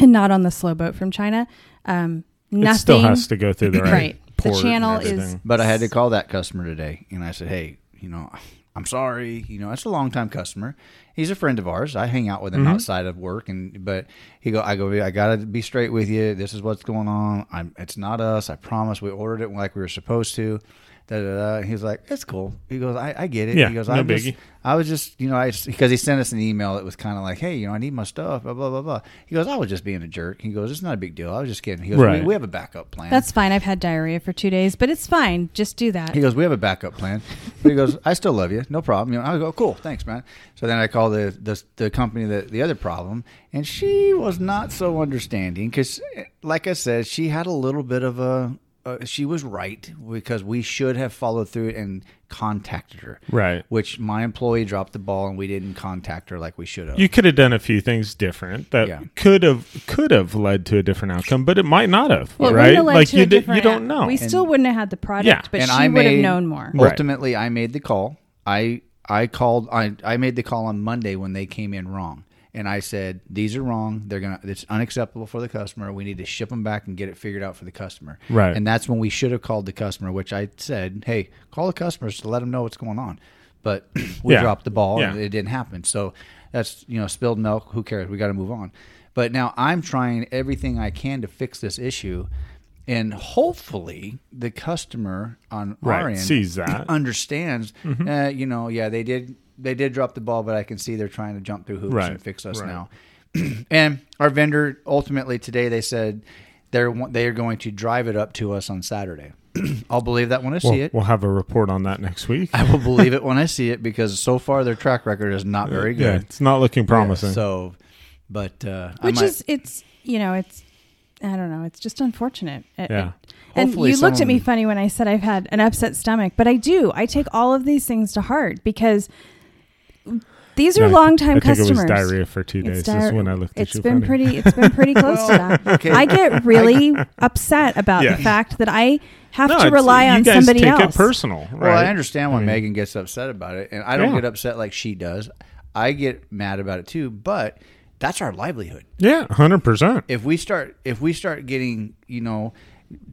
Speaker 2: and not on the slow boat from China, um, nothing.
Speaker 3: it still has to go through the right.
Speaker 2: Right. The
Speaker 3: port and
Speaker 2: channel is-
Speaker 3: everything.
Speaker 1: But I had to call that customer today, and I said, "Hey, you know, I'm sorry. You know, it's a longtime customer. He's a friend of ours. I hang out with him
Speaker 3: Mm-hmm.
Speaker 1: outside of work, and but he go, I go, I gotta be straight with you. This is what's going on. I'm. It's not us. I promise. We ordered it like we were supposed to. Da, da, da. And He was like, "It's cool." He goes, "I, I get it."
Speaker 3: Yeah,
Speaker 1: he goes,
Speaker 3: no
Speaker 1: I just-
Speaker 3: biggie.
Speaker 1: I was just, you know, I because he sent us an email that was kind of like, "Hey, you know, I need my stuff." Blah blah blah blah. He goes, "I was just being a jerk." He goes, "It's not a big deal. I was just kidding." He goes,
Speaker 3: Right.
Speaker 1: we, "We have a backup plan."
Speaker 2: That's fine. I've had diarrhea for two days, but it's fine. Just do that.
Speaker 1: He goes, "We have a backup plan." But he goes, "I still love you, no problem." You know, I go, "Cool, thanks, man." So then I call the the, the company the the other problem, and she was not so understanding because, like I said, she had a little bit of a. Uh, she was right because we should have followed through and contacted her.
Speaker 3: Right.
Speaker 1: Which my employee dropped the ball and we didn't contact her like we should have.
Speaker 3: You could have done a few things different that
Speaker 1: Yeah.
Speaker 3: could have could have led to a different outcome, but it might not have.
Speaker 2: Well, it wouldn't
Speaker 3: right?
Speaker 2: have led
Speaker 3: Like
Speaker 2: to
Speaker 3: you
Speaker 2: a
Speaker 3: did, you
Speaker 2: different
Speaker 3: don't
Speaker 2: app.
Speaker 3: know.
Speaker 2: We still wouldn't have had the product,
Speaker 3: Yeah.
Speaker 2: but
Speaker 1: and
Speaker 2: she
Speaker 1: I
Speaker 2: would have
Speaker 1: made-
Speaker 2: known more.
Speaker 3: Right.
Speaker 1: Ultimately, I made the call. I I called. I I made the call on Monday when they came in wrong, and I said these are wrong. They're gonna. It's unacceptable for the customer. We need to ship them back and get it figured out for the customer.
Speaker 3: Right.
Speaker 1: And that's when we should have called the customer, which I said, hey, call the customers to let them know what's going on. But we
Speaker 3: Yeah.
Speaker 1: dropped the ball and
Speaker 3: Yeah.
Speaker 1: it didn't happen. So that's you know spilled milk. Who cares? We got to move on. But now I'm trying everything I can to fix this issue. And hopefully, the customer on
Speaker 3: Right,
Speaker 1: our end
Speaker 3: sees that. Mm-hmm.
Speaker 1: understands. Uh, you know, yeah, they did. They did drop the ball, but I can see they're trying to jump through hoops
Speaker 3: Right,
Speaker 1: and fix us
Speaker 3: right.
Speaker 1: now. and our vendor ultimately today they said they're wa- they are going to drive it up to us on Saturday. I'll believe that when I see
Speaker 3: We'll,
Speaker 1: it.
Speaker 3: we'll have a report on that next week.
Speaker 1: I will believe it when I see it because so far their track record is not very
Speaker 3: Yeah,
Speaker 1: good.
Speaker 3: it's not looking promising.
Speaker 1: So, but uh, I
Speaker 2: Which
Speaker 1: might-
Speaker 2: is, it's, you know, it's, I don't know, it's just unfortunate. It-
Speaker 3: Yeah.
Speaker 2: it- and
Speaker 1: Hopefully
Speaker 2: you looked at me
Speaker 1: someone-
Speaker 2: funny when I said I've had an upset stomach, but I do. I take all of these things to heart because these are
Speaker 3: Yeah, I-
Speaker 2: longtime
Speaker 3: I think
Speaker 2: customers.
Speaker 3: it was diarrhea for two days.
Speaker 2: It's
Speaker 3: That's
Speaker 2: diar-
Speaker 3: when I looked at
Speaker 2: it's
Speaker 3: you.
Speaker 2: been
Speaker 3: funny.
Speaker 2: pretty. It's been pretty close to that.
Speaker 1: okay.
Speaker 2: I get really upset about
Speaker 3: Yeah.
Speaker 2: the fact that I have
Speaker 3: No,
Speaker 2: to
Speaker 3: it's-
Speaker 2: rely
Speaker 3: you
Speaker 2: on
Speaker 3: guys
Speaker 2: somebody
Speaker 3: take
Speaker 2: else.
Speaker 3: It personal, right?
Speaker 1: Well, I understand why Megan gets upset about it, and I don't
Speaker 3: Yeah.
Speaker 1: get upset like she does. I get mad about it too, but that's our livelihood.
Speaker 3: Yeah, hundred percent.
Speaker 1: if we start if we start getting you know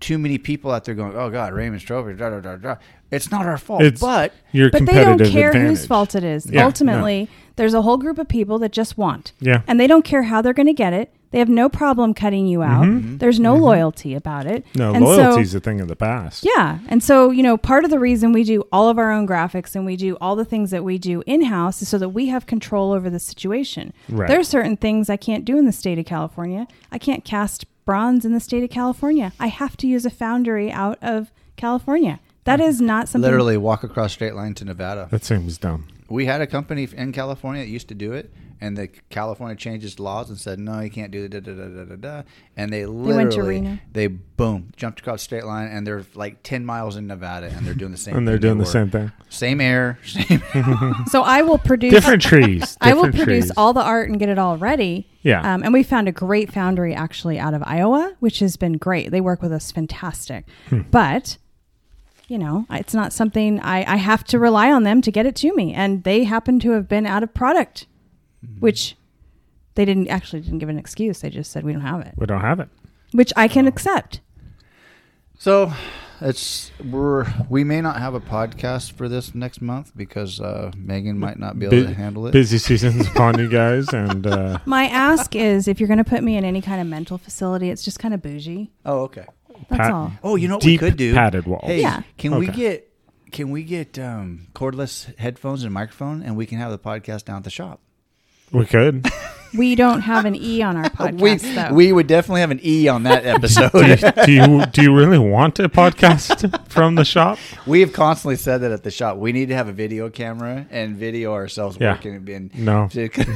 Speaker 1: too many people out there going oh god Raymond's trophy da da da da it's not our fault
Speaker 3: It's
Speaker 1: but
Speaker 3: your
Speaker 2: But they
Speaker 3: competitive
Speaker 2: don't care
Speaker 3: advantage.
Speaker 2: whose fault it is.
Speaker 3: Yeah,
Speaker 2: Ultimately, there's a whole group of people that just want.
Speaker 3: Yeah.
Speaker 2: And they don't care how they're going to get it. They have no problem cutting you out. Mm-hmm. There's no loyalty about it.
Speaker 3: Mm-hmm. No,
Speaker 2: and
Speaker 3: loyalty's
Speaker 2: So,
Speaker 3: a thing of the past.
Speaker 2: yeah. And so, you know, part of the reason we do all of our own graphics and we do all the things that we do in house is so that we have control over the situation.
Speaker 3: Right.
Speaker 2: There are certain things I can't do in the state of California. I can't cast bronze in the state of California. I have to use a foundry out of California. That
Speaker 3: Mm-hmm.
Speaker 2: is not something
Speaker 1: literally walk across state line to Nevada
Speaker 3: That seems dumb.
Speaker 1: we had a company in California that used to do it and the California changed its laws and said no you can't do it da da da da da da and they
Speaker 2: went to
Speaker 1: literally
Speaker 2: Reno.
Speaker 1: they boom jumped across state line and they're like 10 miles in Nevada and they're doing the same
Speaker 3: And they're
Speaker 1: thing they
Speaker 3: doing the
Speaker 1: were.
Speaker 3: same thing.
Speaker 1: same air same
Speaker 2: So I will produce
Speaker 3: Different trees.
Speaker 2: I will
Speaker 3: different
Speaker 2: produce
Speaker 3: trees.
Speaker 2: all the art and get it all ready.
Speaker 3: Yeah.
Speaker 2: Um, and we found a great foundry actually out of Iowa, which has been great. They work with us fantastic.
Speaker 3: Hmm.
Speaker 2: But, you know, it's not something I, I have to rely on them to get it to me. And they happen to have been out of product,
Speaker 3: Hmm.
Speaker 2: which they didn't actually didn't give an excuse. They just said we don't have it,
Speaker 3: We don't have it.
Speaker 2: which I
Speaker 3: Oh.
Speaker 2: can accept.
Speaker 1: So it's we're we may not have a podcast for this next month because uh, Megan might not be able
Speaker 3: Bu-
Speaker 1: to handle it.
Speaker 3: Busy season's upon you guys, and uh,
Speaker 2: My ask is if you're going to put me in any kind of mental facility, it's just kind of bougie.
Speaker 1: Oh, okay.
Speaker 2: That's
Speaker 3: Pat-
Speaker 2: all.
Speaker 1: Oh, you know what
Speaker 3: Deep
Speaker 1: we could do?
Speaker 3: padded walls.
Speaker 1: Hey,
Speaker 2: Yeah.
Speaker 1: can we
Speaker 3: Okay.
Speaker 1: get can we get um, cordless headphones and microphone, and we can have the podcast down at the shop?
Speaker 3: we could.
Speaker 2: We don't have an E on our podcast, though.
Speaker 1: we would definitely have an E on that episode.
Speaker 3: do you do you really want a podcast from the shop?
Speaker 1: we have constantly said that at the shop. We need to have a video camera and video ourselves
Speaker 3: Yeah.
Speaker 1: working and being
Speaker 3: No,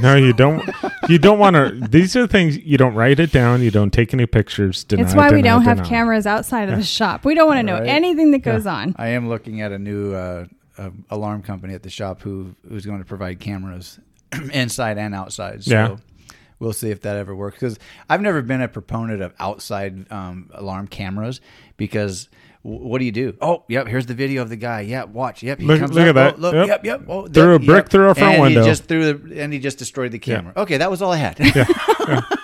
Speaker 3: no, you don't. You don't want to. These are things you don't write it down. You don't take any pictures. Deny,
Speaker 2: It's why we
Speaker 3: deny,
Speaker 2: don't have
Speaker 3: deny.
Speaker 2: cameras outside of the shop. We don't want to know
Speaker 1: Right.
Speaker 2: anything that goes on.
Speaker 1: I am looking at a new uh, uh, alarm company at the shop who who's going to provide cameras inside and outside. So
Speaker 3: Yeah.
Speaker 1: we'll see if that ever works. Because I've never been a proponent of outside um, alarm cameras because. w- What do you do? Oh, yep. Here's the video of the guy. Yep, watch. Yep, he
Speaker 3: Look-
Speaker 1: comes
Speaker 3: look
Speaker 1: up.
Speaker 3: at that.
Speaker 1: Oh, look,
Speaker 3: Yep.
Speaker 1: yep, yep. Oh,
Speaker 3: Threw
Speaker 1: yep,
Speaker 3: a brick
Speaker 1: yep.
Speaker 3: through a front
Speaker 1: and
Speaker 3: window.
Speaker 1: He just threw the, and he just destroyed the camera. Okay, that was all I had.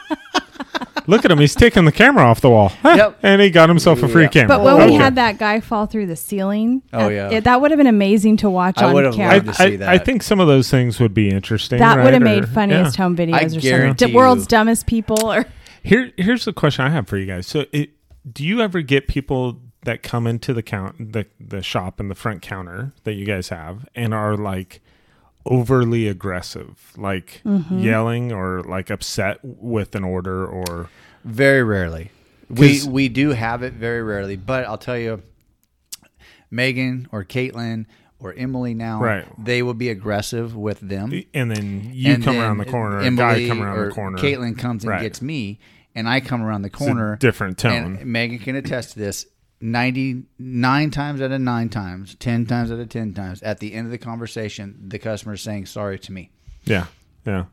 Speaker 3: Look at him. He's taking the camera off the wall. Huh.
Speaker 1: Yep.
Speaker 3: And he got himself a free
Speaker 1: Yeah.
Speaker 3: camera.
Speaker 2: But when we
Speaker 3: Okay.
Speaker 2: had that guy fall through the ceiling,
Speaker 1: Oh,
Speaker 2: uh,
Speaker 1: yeah.
Speaker 2: it- that would have been amazing to watch
Speaker 1: I
Speaker 2: on
Speaker 1: would have
Speaker 2: camera.
Speaker 3: I,
Speaker 1: loved to see
Speaker 3: I- I
Speaker 1: that.
Speaker 3: think some of those things would be interesting.
Speaker 2: that
Speaker 3: right?
Speaker 2: would have
Speaker 3: Or-
Speaker 2: made funniest
Speaker 3: yeah.
Speaker 2: home videos or something.
Speaker 1: guarantee
Speaker 2: D- world's
Speaker 1: you.
Speaker 2: dumbest people or
Speaker 3: Here, here's the question I have for you guys. So, it, do you ever get people that come into the count the the shop and the front counter that you guys have and are like overly aggressive, like
Speaker 1: Mm-hmm.
Speaker 3: yelling or like upset with an order or
Speaker 1: Very rarely. We
Speaker 3: 'Cause-
Speaker 1: we do have it very rarely, but I'll tell you, Megan or Caitlin or Emily now,
Speaker 3: Right.
Speaker 1: they will be aggressive with them.
Speaker 3: and then you
Speaker 1: And
Speaker 3: come
Speaker 1: then
Speaker 3: around the corner, a
Speaker 1: Emily
Speaker 3: guy come around
Speaker 1: or
Speaker 3: the corner.
Speaker 1: Caitlin comes and
Speaker 3: Right.
Speaker 1: gets me, and I come around the corner.
Speaker 3: different tone.
Speaker 1: And Megan can attest to this. Ninety-nine times out of nine times, ten times out of ten times, at the end of the conversation, the customer is saying sorry to me.
Speaker 3: yeah. Yeah.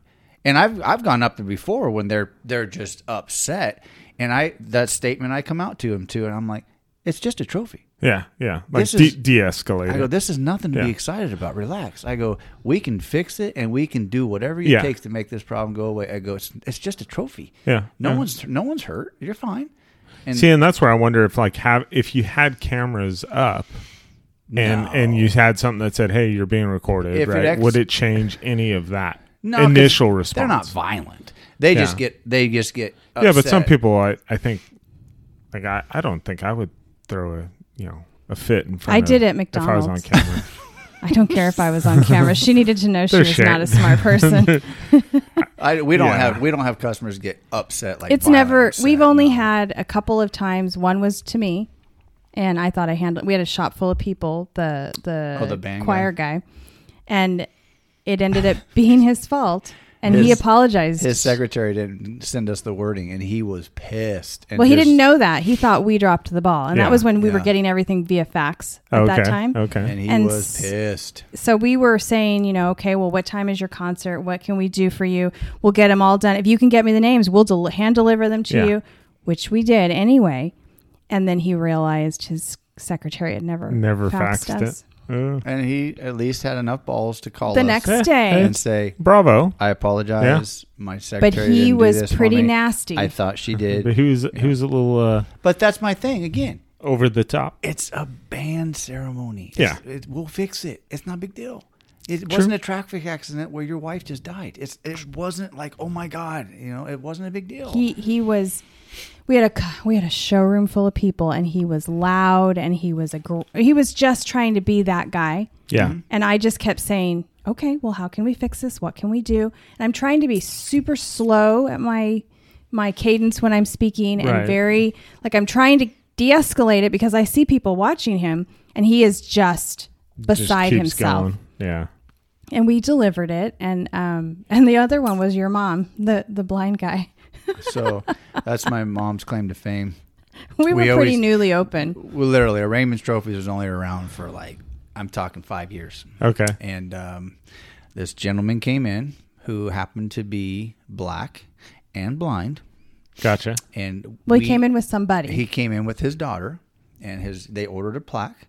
Speaker 1: And I've I've gone up there before when they're they're just upset, and I that statement I come out to them too, and I'm like, it's just a trophy.
Speaker 3: Yeah. Yeah. Like
Speaker 1: This is-
Speaker 3: de escalate.
Speaker 1: I go, this is nothing to be
Speaker 3: Yeah.
Speaker 1: excited about. Relax. I go, we can fix it, and we can do whatever it
Speaker 3: Yeah.
Speaker 1: takes to make this problem go away. I go, it's, it's just a trophy.
Speaker 3: Yeah.
Speaker 1: No
Speaker 3: Yeah.
Speaker 1: one's no one's hurt. You're fine. And
Speaker 3: See, and that's where I wonder if like have if you had cameras up and
Speaker 1: No.
Speaker 3: and you had something that said, "Hey, you're being recorded,"
Speaker 1: If it
Speaker 3: right?
Speaker 1: ex-
Speaker 3: Would it change any of that
Speaker 1: No, 'cause
Speaker 3: initial response?
Speaker 1: They're not violent. They just
Speaker 3: Yeah.
Speaker 1: get they just get.
Speaker 3: yeah, but some
Speaker 1: upset.
Speaker 3: people, I I think, like I I don't think I would throw a you know a fit in front.
Speaker 2: I
Speaker 3: of,
Speaker 2: did at
Speaker 3: if I was on
Speaker 2: McDonald's.
Speaker 3: camera.
Speaker 2: I don't care if I was on camera. She needed to know she
Speaker 3: They're
Speaker 2: was
Speaker 3: shame.
Speaker 2: not a smart person.
Speaker 1: I, we don't
Speaker 3: Yeah.
Speaker 1: have we don't have customers get upset like.
Speaker 2: it's
Speaker 1: violent
Speaker 2: never.
Speaker 1: upset,
Speaker 2: we've only
Speaker 1: no.
Speaker 2: had a couple of times. One was to me, and I thought I handled. We had a shop full of people. The the,
Speaker 1: Oh, the band
Speaker 2: choir guy. and it ended up being his fault, and he
Speaker 1: His-
Speaker 2: apologized.
Speaker 1: His secretary didn't send us the wording, and he was pissed. And
Speaker 2: well, he
Speaker 1: just-
Speaker 2: didn't know that. He thought we dropped the ball, and
Speaker 3: Yeah,
Speaker 2: that was when we were
Speaker 1: yeah. Oh,
Speaker 2: getting everything via fax at
Speaker 3: okay.
Speaker 2: that time.
Speaker 3: Okay.
Speaker 1: and he
Speaker 2: and
Speaker 1: was
Speaker 2: s-
Speaker 1: pissed.
Speaker 2: so we were saying, you know, okay, well, what time is your concert? What can we do for you? We'll get them all done. If you can get me the names, we'll del- hand deliver them to
Speaker 3: Yeah.
Speaker 2: you, which we did anyway. And then he realized his secretary had never
Speaker 3: Never
Speaker 2: faxed,
Speaker 3: faxed,
Speaker 2: us.
Speaker 3: it. Uh,
Speaker 1: And he at least had enough balls to call
Speaker 2: The
Speaker 1: us
Speaker 2: next day,
Speaker 1: and say,
Speaker 3: bravo.
Speaker 1: "I apologize, my secretary."
Speaker 2: but he
Speaker 1: didn't do
Speaker 2: was
Speaker 1: this for
Speaker 2: pretty
Speaker 1: me.
Speaker 2: nasty.
Speaker 1: I thought she
Speaker 3: But
Speaker 1: did,
Speaker 3: he was he was a little uh,
Speaker 1: but that's my thing again.
Speaker 3: over the top.
Speaker 1: It's a band ceremony.
Speaker 3: Yeah.
Speaker 1: It's- it, we'll fix it. It's not a big deal. It wasn't a traffic accident where your wife just died. It's it wasn't like oh my god, you know, it wasn't a big deal.
Speaker 2: he he was. We had a c- we had a showroom full of people, and he was loud, and he was a gr- he was just trying to be that guy.
Speaker 3: Yeah.
Speaker 1: Mm-hmm.
Speaker 2: And I just kept saying, okay, well, how can we fix this? What can we do? And I'm trying to be super slow at my my cadence when I'm speaking
Speaker 3: Right.
Speaker 2: and very like I'm trying to de-escalate it because I see people watching him and he is just
Speaker 3: Just
Speaker 2: beside
Speaker 3: keeps
Speaker 2: himself.
Speaker 3: going. Yeah.
Speaker 2: And we delivered it and um and the other one was your mom, the the blind guy.
Speaker 1: So that's my mom's claim to fame.
Speaker 2: We were
Speaker 1: We
Speaker 2: pretty
Speaker 1: always-
Speaker 2: newly open.
Speaker 1: Well, literally, a Raymond's Trophy was only around for like I'm talking five years.
Speaker 3: Okay.
Speaker 1: and um, this gentleman came in who happened to be black and blind
Speaker 3: Gotcha.
Speaker 1: and
Speaker 2: Well, he came in with somebody.
Speaker 1: he came in with his daughter and his they ordered a plaque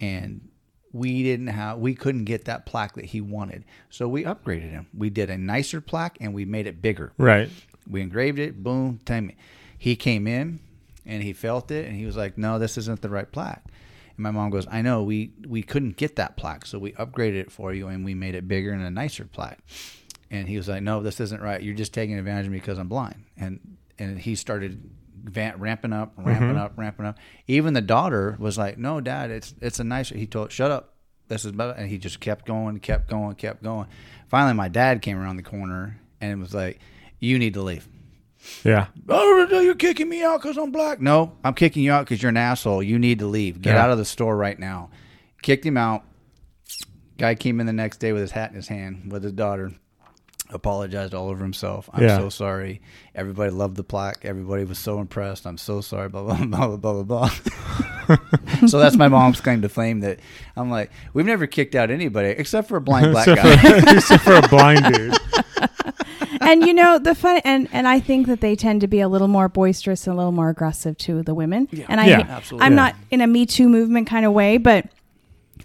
Speaker 1: and we didn't have we couldn't get that plaque that he wanted so we upgraded him we did a nicer plaque and we made it bigger
Speaker 3: Right.
Speaker 1: we engraved it boom time it. he came in and he felt it and he was like no this isn't the right plaque and my mom goes i know we we couldn't get that plaque so we upgraded it for you and we made it bigger and a nicer plaque and he was like no this isn't right you're just taking advantage of me because i'm blind and and he started va- ramping up ramping up ramping up even the daughter was like no dad it's it's a nicer he told shut up this is better. And he just kept going, kept going, kept going. Finally, my dad came around the corner and was like, You need to leave.
Speaker 3: Yeah.
Speaker 1: Oh, no, you're kicking me out because I'm black. No, I'm kicking you out because you're an asshole. You need to leave. Get
Speaker 3: Yeah.
Speaker 1: out of the store right now. Kicked him out. Guy came in the next day with his hat in his hand with his daughter. Apologized all over himself. I'm
Speaker 3: Yeah.
Speaker 1: so sorry. Everybody loved the plaque. Everybody was so impressed. I'm so sorry. Blah blah blah blah blah blah. blah. so that's my mom's claim to fame. That I'm like, we've never kicked out anybody except for a blind black
Speaker 3: Except
Speaker 1: guy.
Speaker 3: for, except for a blind dude.
Speaker 2: and you know the fun and and I think that they tend to be a little more boisterous and a little more aggressive to the women. And I
Speaker 3: Yeah,
Speaker 2: hate-
Speaker 1: absolutely.
Speaker 2: I'm
Speaker 1: Yeah.
Speaker 2: not in a Me Too movement kind of way, but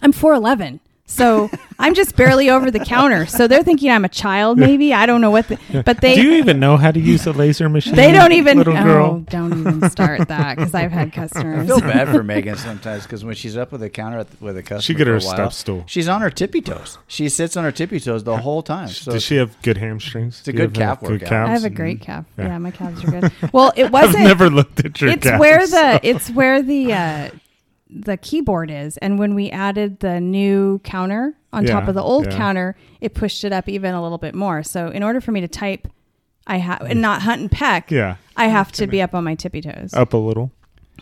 Speaker 2: I'm 4'11. So I'm just barely over the counter. So they're thinking I'm a child maybe. I don't know what the, but they
Speaker 3: Do you even know how to use a laser machine?
Speaker 2: they don't even
Speaker 3: little
Speaker 2: oh,
Speaker 3: girl.
Speaker 2: don't even start that cuz I've had customers.
Speaker 1: I feel bad for Megan sometimes because when she's up with a counter at- with a customer,
Speaker 3: get
Speaker 1: for
Speaker 3: her
Speaker 1: a
Speaker 3: a
Speaker 1: while,
Speaker 3: step stool.
Speaker 1: She's on her tippy toes. She sits on her tippy toes the whole time. So
Speaker 3: Does she have good hamstrings? It's
Speaker 1: a good calf workout.
Speaker 2: I have a great calf. Yeah. my calves are good. Well, it
Speaker 3: I've
Speaker 2: wasn't
Speaker 3: never looked at your
Speaker 2: It's
Speaker 3: calves.
Speaker 2: where the it's where the uh the keyboard is. And when we added the new counter on
Speaker 3: Yeah,
Speaker 2: top of the old
Speaker 3: yeah.
Speaker 2: counter, it pushed it up even a little bit more. So in order for me to type, I have and not hunt and peck.
Speaker 3: Yeah. Oh.
Speaker 2: I have to be up on my tippy toes.
Speaker 3: Up a little.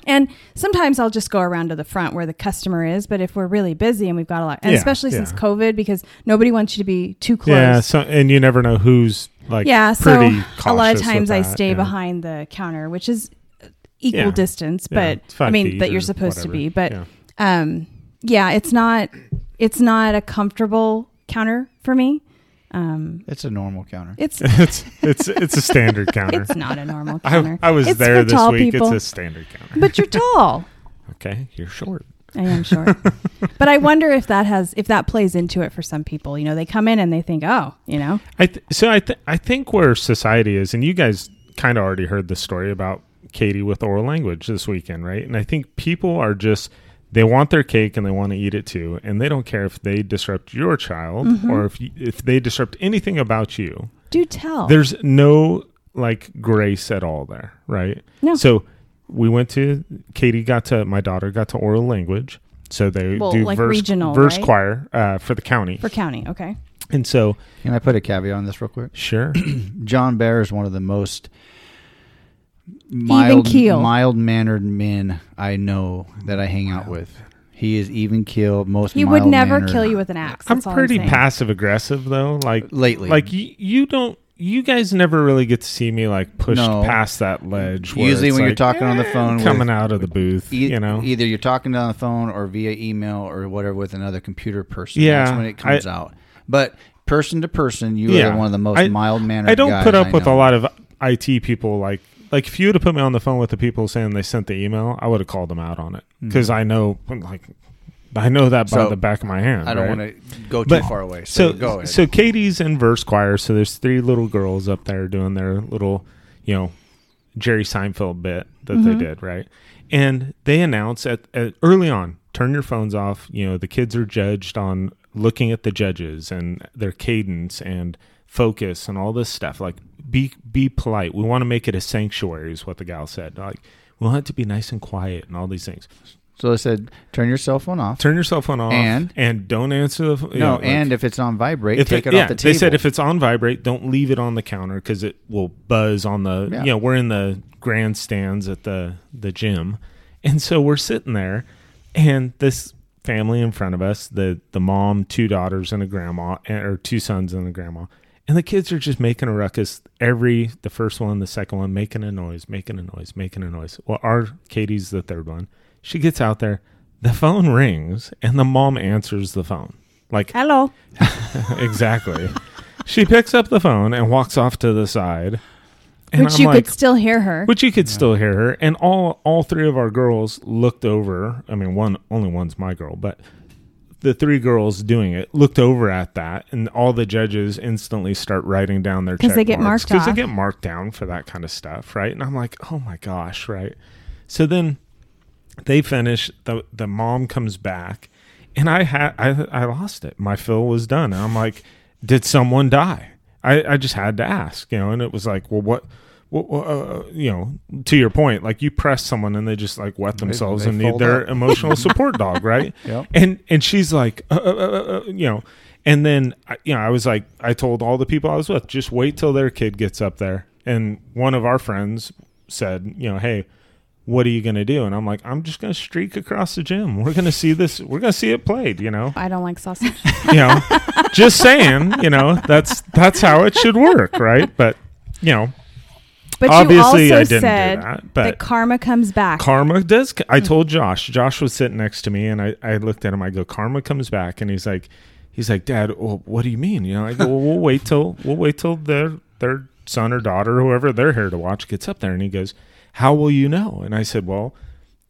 Speaker 2: And sometimes I'll just go around to the front where the customer is. But if we're really busy and we've got a lot, and
Speaker 3: Yeah,
Speaker 2: especially since
Speaker 3: yeah.
Speaker 2: COVID, because nobody wants you to be too close.
Speaker 3: Yeah. So and you never know who's like.
Speaker 2: Yeah, so
Speaker 3: Pretty
Speaker 2: a lot
Speaker 3: cautious
Speaker 2: of
Speaker 3: with
Speaker 2: times I
Speaker 3: that,
Speaker 2: stay
Speaker 3: yeah.
Speaker 2: behind the counter, which is equal
Speaker 3: Yeah.
Speaker 2: distance,
Speaker 3: Yeah,
Speaker 2: but
Speaker 3: it's five
Speaker 2: I mean
Speaker 3: feet
Speaker 2: that
Speaker 3: or
Speaker 2: you're supposed to
Speaker 3: whatever.
Speaker 2: be. But
Speaker 3: Yeah.
Speaker 2: um, yeah, it's not it's not a comfortable counter for me. Um,
Speaker 1: It's a normal counter.
Speaker 2: it's
Speaker 3: it's it's it's a standard counter.
Speaker 2: it's not a normal
Speaker 3: I,
Speaker 2: counter.
Speaker 3: I was
Speaker 2: It's
Speaker 3: there
Speaker 2: for
Speaker 3: this
Speaker 2: tall
Speaker 3: week.
Speaker 2: people.
Speaker 3: It's a standard counter.
Speaker 2: but you're tall.
Speaker 3: Okay, you're short.
Speaker 2: I am sure. but I wonder if that has if that plays into it for some people. You know, they come in and they think, "Oh, you know,
Speaker 3: I th- so I th- I think where society is, and you guys kind of already heard the story about Katie with oral language this weekend, right? And I think people are just they want their cake and they want to eat it too, and they don't care if they disrupt your child
Speaker 2: Mm-hmm.
Speaker 3: or if you, if they disrupt anything about you.
Speaker 2: do tell."
Speaker 3: There's no like grace at all there, right?
Speaker 2: No.
Speaker 3: So we went to Katie got to my daughter got to oral language. So they
Speaker 2: Well,
Speaker 3: do
Speaker 2: like
Speaker 3: verse,
Speaker 2: regional,
Speaker 3: verse
Speaker 2: right?
Speaker 3: choir uh, for the county,
Speaker 2: for county, okay?
Speaker 3: and so
Speaker 1: Can I put a caveat on this real quick?
Speaker 3: sure,
Speaker 1: John Bear is one of the most mild,
Speaker 2: keel.
Speaker 1: mild mannered men I know that I hang out with. He is even keel. Most
Speaker 2: He would never
Speaker 1: mild-mannered.
Speaker 2: kill you with an axe.
Speaker 3: I'm
Speaker 2: That's all
Speaker 3: pretty
Speaker 2: saying.
Speaker 3: passive aggressive though. Like
Speaker 1: Lately.
Speaker 3: like you, you don't. You guys never really get to see me like pushed
Speaker 1: No.
Speaker 3: past that ledge. where
Speaker 1: Usually,
Speaker 3: it's
Speaker 1: when you're
Speaker 3: like, "Eh,
Speaker 1: talking on the phone,
Speaker 3: coming
Speaker 1: with,
Speaker 3: out of the booth,
Speaker 1: e-
Speaker 3: you know.
Speaker 1: either you're talking on the phone or via email or whatever with another computer person.
Speaker 3: Yeah,
Speaker 1: that's when it comes
Speaker 3: I-
Speaker 1: out. But person to person, you
Speaker 3: Yeah.
Speaker 1: are one of the most
Speaker 3: I-
Speaker 1: mild mannered.
Speaker 3: I don't put up with a lot of IT people. Like like if you would have put me on the phone with the people saying they sent the email, I would have called them out on it because I know like I know that by
Speaker 1: Mm-hmm. So,
Speaker 3: the back of my hand.
Speaker 1: I don't
Speaker 3: right?
Speaker 1: want to go too
Speaker 3: But-
Speaker 1: far away. So,
Speaker 3: so
Speaker 1: go ahead.
Speaker 3: so Katie's in verse choir, so there's three little girls up there doing their little, you know, Jerry Seinfeld bit that they did, right? And they announce at, at early on, turn your phones off. You know, the kids are judged on looking at the judges and their cadence and focus and all this stuff. Like, be be polite. We want to make it a sanctuary, is what the gal said. Like, we want it to be nice and quiet and all these things.
Speaker 1: so I said, turn your cell phone off.
Speaker 3: Turn your cell phone off
Speaker 1: And?
Speaker 3: don't answer the phone.
Speaker 1: no, and if it's on vibrate,
Speaker 3: if
Speaker 1: take it,
Speaker 3: yeah,
Speaker 1: off the table.
Speaker 3: They said if it's on vibrate, don't leave it on the counter because it will buzz on the.
Speaker 1: Yeah.
Speaker 3: You know, we're in the grandstands at the the gym, and so we're sitting there, and this family in front of us the the mom, two daughters, and a grandma, and- or two sons and a grandma. And the kids are just making a ruckus. Every the first one, the second one, making a noise, making a noise, making a noise. Well, our Katie's the third one. She gets out there. The phone rings, and the mom answers the phone. Like
Speaker 2: Hello.
Speaker 3: exactly. she picks up the phone and walks off to the side. And
Speaker 2: Which
Speaker 3: I'm
Speaker 2: you
Speaker 3: like,
Speaker 2: could still hear her.
Speaker 3: which you could still hear her. And all all three of our girls looked over. I mean, one only one's my girl, but the three girls doing it looked over at that, and all the judges instantly start writing down their
Speaker 2: 'Cause
Speaker 3: because
Speaker 2: they get marked
Speaker 3: because they
Speaker 2: off.
Speaker 3: get marked down for that kind of stuff, right? And I'm like, oh my gosh, right? So then they finish. the The mom comes back, and I had I I lost it. My fill was done. And I'm like, did someone die? I I just had to ask, you know. And it was like, well, what. what- what, uh, you know, to your point, like you press someone and they just like wet themselves
Speaker 1: they
Speaker 3: and need
Speaker 1: fold
Speaker 3: their
Speaker 1: up.
Speaker 3: emotional support dog, right?
Speaker 1: Yep.
Speaker 3: and and she's like uh, uh, uh, uh, you know and then I- you know i was like i told all the people i was with just wait till their kid gets up there and one of our friends said you know hey what are you going to do and i'm like i'm just going to streak across the gym we're going to see this we're going to see it played you know
Speaker 2: I don't like sausage.
Speaker 3: you know just saying you know that's that's how it should work right but you know
Speaker 2: But
Speaker 3: Obviously,
Speaker 2: you also
Speaker 3: I didn't do
Speaker 2: said
Speaker 3: that, but-
Speaker 2: karma comes back.
Speaker 3: Karma does. c- I told Josh. Josh was sitting next to me, and I, I looked at him. I go, Karma comes back, and he's like, he's like, Dad, well, what do you mean? You know, I go, well, we'll wait till we'll wait till their their son or daughter, whoever they're here to watch, gets up there, and he goes, How will you know? And I said, Well,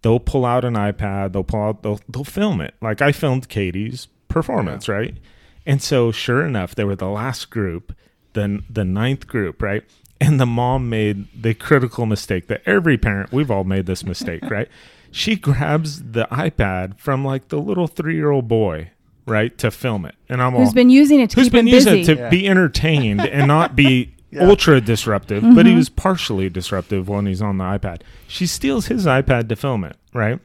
Speaker 3: they'll pull out an iPad. They'll pull out. They'll they'll film it. Like I filmed Katie's performance, right? And so, sure enough, they were the last group, then the ninth group, right? And the mom made the critical mistake that every parent, we've all made this mistake, right? She grabs the iPad from like the little three year old boy, right, to film it. And I'm
Speaker 2: Who's
Speaker 3: all,
Speaker 2: been using it to
Speaker 3: who's
Speaker 2: keep
Speaker 3: been
Speaker 2: him busy?
Speaker 3: using it to
Speaker 1: Yeah.
Speaker 3: be entertained and not be ultra disruptive, but
Speaker 2: Mm-hmm.
Speaker 3: he was partially disruptive when he's on the iPad. She steals his iPad to film it, right?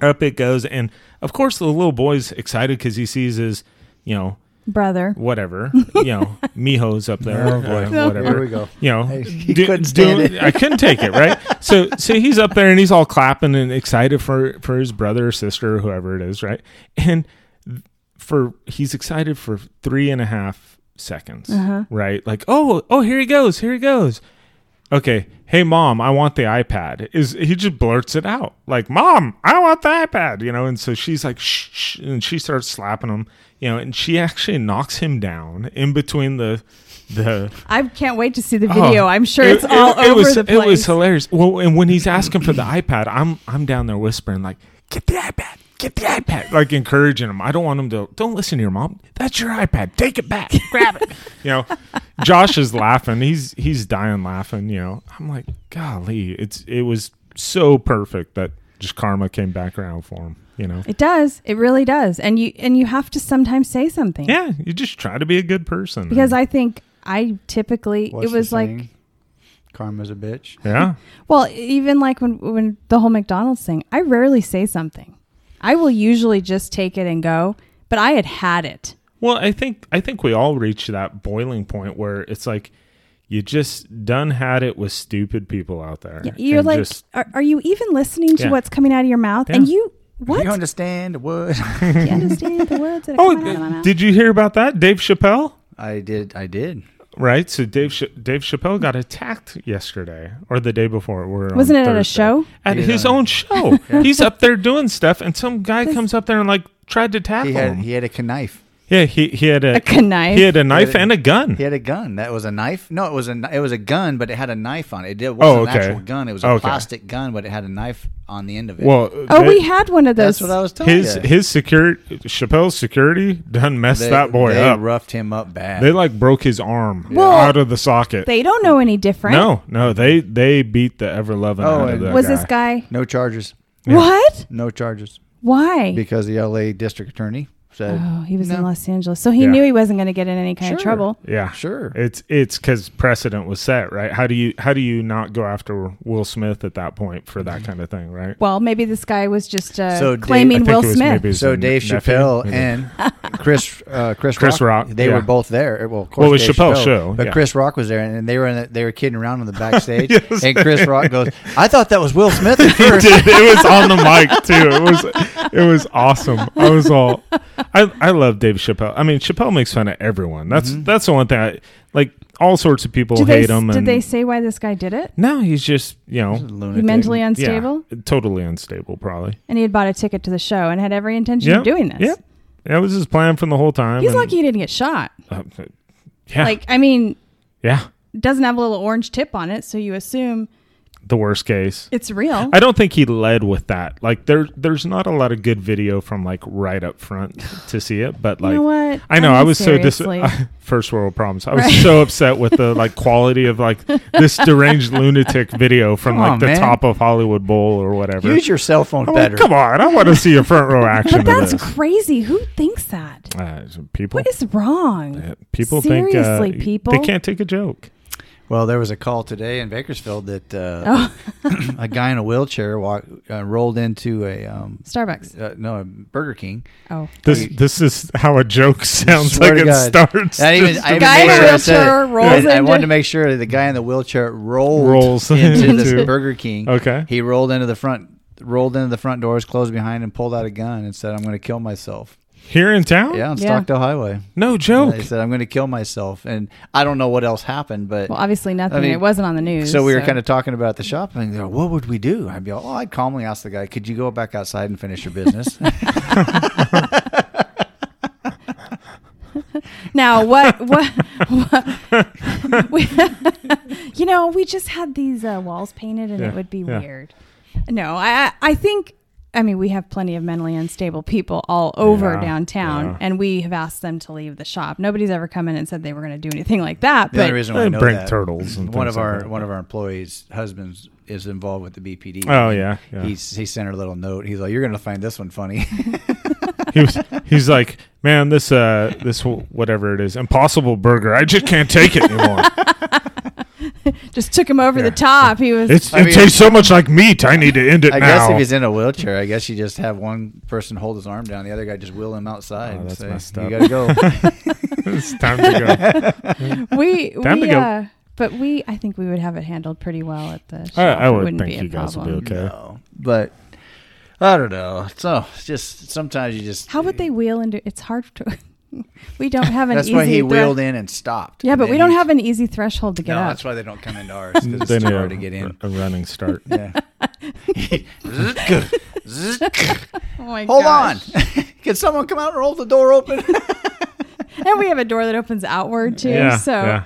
Speaker 3: Up it goes, and of course the little boy's excited because he sees his, you know,
Speaker 2: brother.
Speaker 3: whatever, you know, Miho's up there,
Speaker 1: Oh,
Speaker 3: or
Speaker 1: boy.
Speaker 3: whatever.
Speaker 1: Here we go.
Speaker 3: You know,
Speaker 1: He couldn't stand it.
Speaker 3: I couldn't take it, right? So, so he's up there and he's all clapping and excited for for his brother or sister or whoever it is, right? And for he's excited for three and a half seconds,
Speaker 1: Uh-huh.
Speaker 3: right? Like, oh, oh, here he goes, here he goes. Okay, hey mom, I want the iPad. Is he just blurts it out like, mom, I want the iPad, you know? And so she's like, shh, shh and she starts slapping him, you know, and she actually knocks him down in between the the
Speaker 2: I can't wait to see the video.
Speaker 3: Oh,
Speaker 2: I'm sure
Speaker 3: it-
Speaker 2: it's all
Speaker 3: it- it
Speaker 2: over
Speaker 3: was-
Speaker 2: the place.
Speaker 3: It was hilarious. Well, and when he's asking for the iPad, I'm I'm down there whispering like, "Get the iPad, get the iPad," like encouraging him. I don't want him to. Don't listen to your mom. That's your iPad. Take it back. Grab it. You know, Josh is laughing. He's he's dying laughing. You know, I'm like, golly, it's it was so perfect that just karma came back around for him. You know.
Speaker 2: It does. It really does. And you and you have to sometimes say something.
Speaker 3: Yeah, you just try to be a good person.
Speaker 2: Because I think I typically
Speaker 1: What's
Speaker 2: it
Speaker 1: the
Speaker 2: was like
Speaker 1: saying? karma's a bitch.
Speaker 3: yeah,
Speaker 2: well, even like when when the whole McDonald's thing, I rarely say something. I will usually just take it and go, but I had had it.
Speaker 3: Well, I think I think we all reach that boiling point where it's like you just done had it with stupid people out there.
Speaker 2: You're
Speaker 3: And
Speaker 2: like,
Speaker 3: just-
Speaker 2: are, are you even listening to
Speaker 3: Yeah.
Speaker 2: what's coming out of your mouth? And
Speaker 3: Yeah.
Speaker 2: you what?
Speaker 1: You understand what?
Speaker 2: Do you understand the words that are
Speaker 3: oh,
Speaker 2: coming out of my mouth?
Speaker 3: did you hear about that, Dave Chappelle?
Speaker 1: I did. I did.
Speaker 3: Right. So Dave Ch- Dave Chappelle got attacked yesterday or the day before. We're on
Speaker 2: Wasn't it at a
Speaker 3: Thursday.
Speaker 2: show?
Speaker 3: At
Speaker 1: Yeah.
Speaker 3: his own show. He's up there doing stuff, and some guy comes up there and like tried to
Speaker 2: Oh.
Speaker 3: tackle
Speaker 1: He had
Speaker 3: him.
Speaker 1: he had a knife.
Speaker 3: yeah, he he had a,
Speaker 2: A knife.
Speaker 3: He had a knife
Speaker 1: a-
Speaker 3: and a gun.
Speaker 1: He had a gun. That was a knife. No, it was a kn- it was a gun, but it had a knife on it. It wasn't
Speaker 3: Oh, okay.
Speaker 1: an actual gun. It was a
Speaker 3: Okay.
Speaker 1: plastic gun, but it had a knife on the end of it.
Speaker 3: Well,
Speaker 2: Oh,
Speaker 3: they-
Speaker 2: we had one of those.
Speaker 1: that's what I was telling
Speaker 3: his
Speaker 1: you.
Speaker 3: his security Chappelle's security done messed
Speaker 1: They-
Speaker 3: that boy
Speaker 1: they
Speaker 3: up.
Speaker 1: roughed him up bad.
Speaker 3: They like broke his arm
Speaker 2: Well,
Speaker 3: out of the socket.
Speaker 2: they don't know any different.
Speaker 3: no, no, they they beat the ever loving
Speaker 1: Oh,
Speaker 3: out of
Speaker 1: and-
Speaker 3: that
Speaker 2: Was
Speaker 3: guy.
Speaker 2: this guy
Speaker 1: no charges.
Speaker 2: what?
Speaker 1: No charges
Speaker 2: Why?
Speaker 1: because the L.A. district attorney said,
Speaker 2: Oh, he was in
Speaker 1: No.
Speaker 2: Los Angeles, so he
Speaker 3: Yeah.
Speaker 2: knew he wasn't going to get in any kind of
Speaker 1: Sure.
Speaker 2: trouble.
Speaker 3: Yeah,
Speaker 1: Sure.
Speaker 3: It's it's because precedent was set, right? How do you how do you not go after Will Smith at that point for that kind of thing, right?
Speaker 2: Well, maybe this guy was just uh,
Speaker 1: So Dave-
Speaker 2: claiming
Speaker 3: I think
Speaker 2: Will
Speaker 3: it was
Speaker 2: Smith.
Speaker 3: maybe his
Speaker 1: So
Speaker 3: n-
Speaker 1: Dave
Speaker 3: nephew,
Speaker 1: Chappelle
Speaker 3: maybe.
Speaker 1: and Chris uh, Chris
Speaker 3: Chris Rock,
Speaker 1: they
Speaker 3: yeah.
Speaker 1: were both there. Well, of course,
Speaker 3: Well, it was
Speaker 1: Dave
Speaker 3: Chappelle's show,
Speaker 1: but
Speaker 3: yeah.
Speaker 1: Chris Rock was there, and they were in the, they were kidding around on the backstage,
Speaker 3: Yes.
Speaker 1: and Chris Rock goes, "I thought that was Will Smith at
Speaker 3: He
Speaker 1: first.
Speaker 3: did. It was on the mic too. It was it was awesome. I was all I I love Dave Chappelle. I mean, Chappelle makes fun of everyone. That's
Speaker 1: Mm-hmm.
Speaker 3: that's the one thing. I, like all sorts of people
Speaker 2: Did
Speaker 3: hate
Speaker 2: they,
Speaker 3: him.
Speaker 2: did
Speaker 3: and
Speaker 2: they say why this guy did it?
Speaker 3: No, he's just you know
Speaker 1: Lunatic.
Speaker 2: He mentally
Speaker 3: yeah,
Speaker 2: unstable,
Speaker 3: totally unstable, probably.
Speaker 2: and he had bought a ticket to the show and had every intention
Speaker 3: Yeah,
Speaker 2: of doing this.
Speaker 3: yeah. That was his plan from the whole time.
Speaker 2: He's
Speaker 3: and-
Speaker 2: lucky he didn't get shot.
Speaker 3: Uh, yeah,
Speaker 2: Like, I mean,
Speaker 3: yeah.
Speaker 2: it doesn't have a little orange tip on it, so you assume
Speaker 3: The worst case.
Speaker 2: it's real.
Speaker 3: I don't think he led with that. Like there, there's not a lot of good video from like right up front to see it. But like,
Speaker 2: you know what?
Speaker 3: I know. I,
Speaker 2: mean,
Speaker 3: was
Speaker 2: seriously.
Speaker 3: so dis- first world problems. I was
Speaker 2: Right.
Speaker 3: so upset with the like quality of like this deranged lunatic video from
Speaker 1: Come
Speaker 3: like
Speaker 1: on,
Speaker 3: the
Speaker 1: man.
Speaker 3: top of Hollywood Bowl or whatever.
Speaker 1: Use your cell phone
Speaker 3: I'm like,
Speaker 1: better."
Speaker 3: Oh, Come on, I want to see a front row action.
Speaker 2: but
Speaker 3: of
Speaker 2: that's
Speaker 3: this.
Speaker 2: crazy. Who thinks that?
Speaker 3: Uh, people, uh,
Speaker 2: What is wrong?
Speaker 3: people
Speaker 2: Seriously,
Speaker 3: think uh,
Speaker 2: people.
Speaker 3: they can't take a joke.
Speaker 1: Well, there was a call today in Bakersfield that uh,
Speaker 2: Oh,
Speaker 1: a guy in a wheelchair walk, uh, rolled into a um,
Speaker 2: Starbucks.
Speaker 1: uh, no a Burger King.
Speaker 2: Oh,
Speaker 3: This this is how a joke sounds
Speaker 1: Swear
Speaker 3: like it
Speaker 1: to God.
Speaker 3: starts.
Speaker 1: I even-
Speaker 3: Just
Speaker 1: I even
Speaker 2: Guy in
Speaker 1: made
Speaker 2: a
Speaker 1: sure I said
Speaker 2: wheelchair
Speaker 1: it.
Speaker 2: rolls
Speaker 1: I, I wanted
Speaker 2: into-
Speaker 1: to make sure that the guy in the wheelchair rolled
Speaker 3: Rolls
Speaker 1: into
Speaker 3: into-
Speaker 1: the Burger King.
Speaker 3: Okay.
Speaker 1: he rolled into the front, rolled into the front doors, closed behind, and pulled out a gun and said, "I'm going to kill myself."
Speaker 3: here in town.
Speaker 1: Yeah, on
Speaker 2: Yeah.
Speaker 1: Stockdale Highway.
Speaker 3: No
Speaker 1: And
Speaker 3: joke.
Speaker 1: He said, "I'm going to kill myself," and I don't know what else happened, but.
Speaker 2: well, obviously nothing.
Speaker 1: mean,
Speaker 2: it wasn't on the news.
Speaker 1: so we were kind of talking about the shop, and they're, "What would we do?" I'd be, "Oh, I'd calmly ask the guy, could you go back outside and finish your business?"
Speaker 2: Now, what, what, what we, you know, we just had these uh, walls painted and
Speaker 3: Yeah,
Speaker 2: it would be
Speaker 3: yeah.
Speaker 2: weird. No, I, I think, I mean, we have plenty of mentally unstable people all over
Speaker 3: Yeah,
Speaker 2: downtown
Speaker 3: yeah.
Speaker 2: and we have asked them to leave the shop. Nobody's ever come in and said they were going to do anything like that.
Speaker 1: The only
Speaker 2: But
Speaker 1: reason why I
Speaker 3: And
Speaker 1: know
Speaker 3: bring
Speaker 1: that,
Speaker 3: turtles and
Speaker 1: one of
Speaker 3: things like
Speaker 1: our
Speaker 3: that.
Speaker 1: one of our employees' husbands is involved with the BPD.
Speaker 3: Oh, yeah, yeah.
Speaker 1: He's he sent her a little note. He's like, "You're gonna find this one funny."
Speaker 3: he was he's like man this uh this wh- whatever it is impossible burger i just can't take it anymore
Speaker 2: just took him over
Speaker 3: Yeah.
Speaker 2: the top. He was
Speaker 3: It's,
Speaker 1: I
Speaker 3: it
Speaker 1: mean-
Speaker 3: tastes so much like meat. I need to end it
Speaker 1: I
Speaker 3: now.
Speaker 1: guess if he's in a wheelchair, I guess you just have one person hold his arm down, the other guy just wheel him outside.
Speaker 3: Oh,
Speaker 1: and
Speaker 3: that's
Speaker 1: say,
Speaker 3: messed
Speaker 1: You
Speaker 3: up."
Speaker 1: gotta go.
Speaker 3: it's time to go.
Speaker 2: we
Speaker 3: Time to
Speaker 2: we
Speaker 3: go.
Speaker 2: uh, but we I think we would have it handled pretty well at the show.
Speaker 3: I, I
Speaker 2: It
Speaker 3: would
Speaker 2: wouldn't
Speaker 3: think
Speaker 2: be a
Speaker 3: you guys would be
Speaker 2: problem.
Speaker 3: okay.
Speaker 1: No, but I don't know. So it's just sometimes you just
Speaker 2: How would they wheel into? It's hard to. we don't have an
Speaker 1: That's
Speaker 2: easy.
Speaker 1: why he
Speaker 2: thre-
Speaker 1: wheeled in and stopped.
Speaker 2: Yeah,
Speaker 1: And
Speaker 2: but
Speaker 1: then
Speaker 2: we don't
Speaker 1: he-
Speaker 2: have an easy threshold to get
Speaker 1: No,
Speaker 2: up.
Speaker 1: that's why they don't come into ours because it's
Speaker 3: They
Speaker 1: too
Speaker 3: need
Speaker 1: hard
Speaker 3: a-
Speaker 1: to get in.
Speaker 3: A running start.
Speaker 1: Yeah.
Speaker 2: Oh my
Speaker 1: Hold
Speaker 2: gosh.
Speaker 1: on. Can someone come out and roll the door open?
Speaker 2: And we have a door that opens outward too, so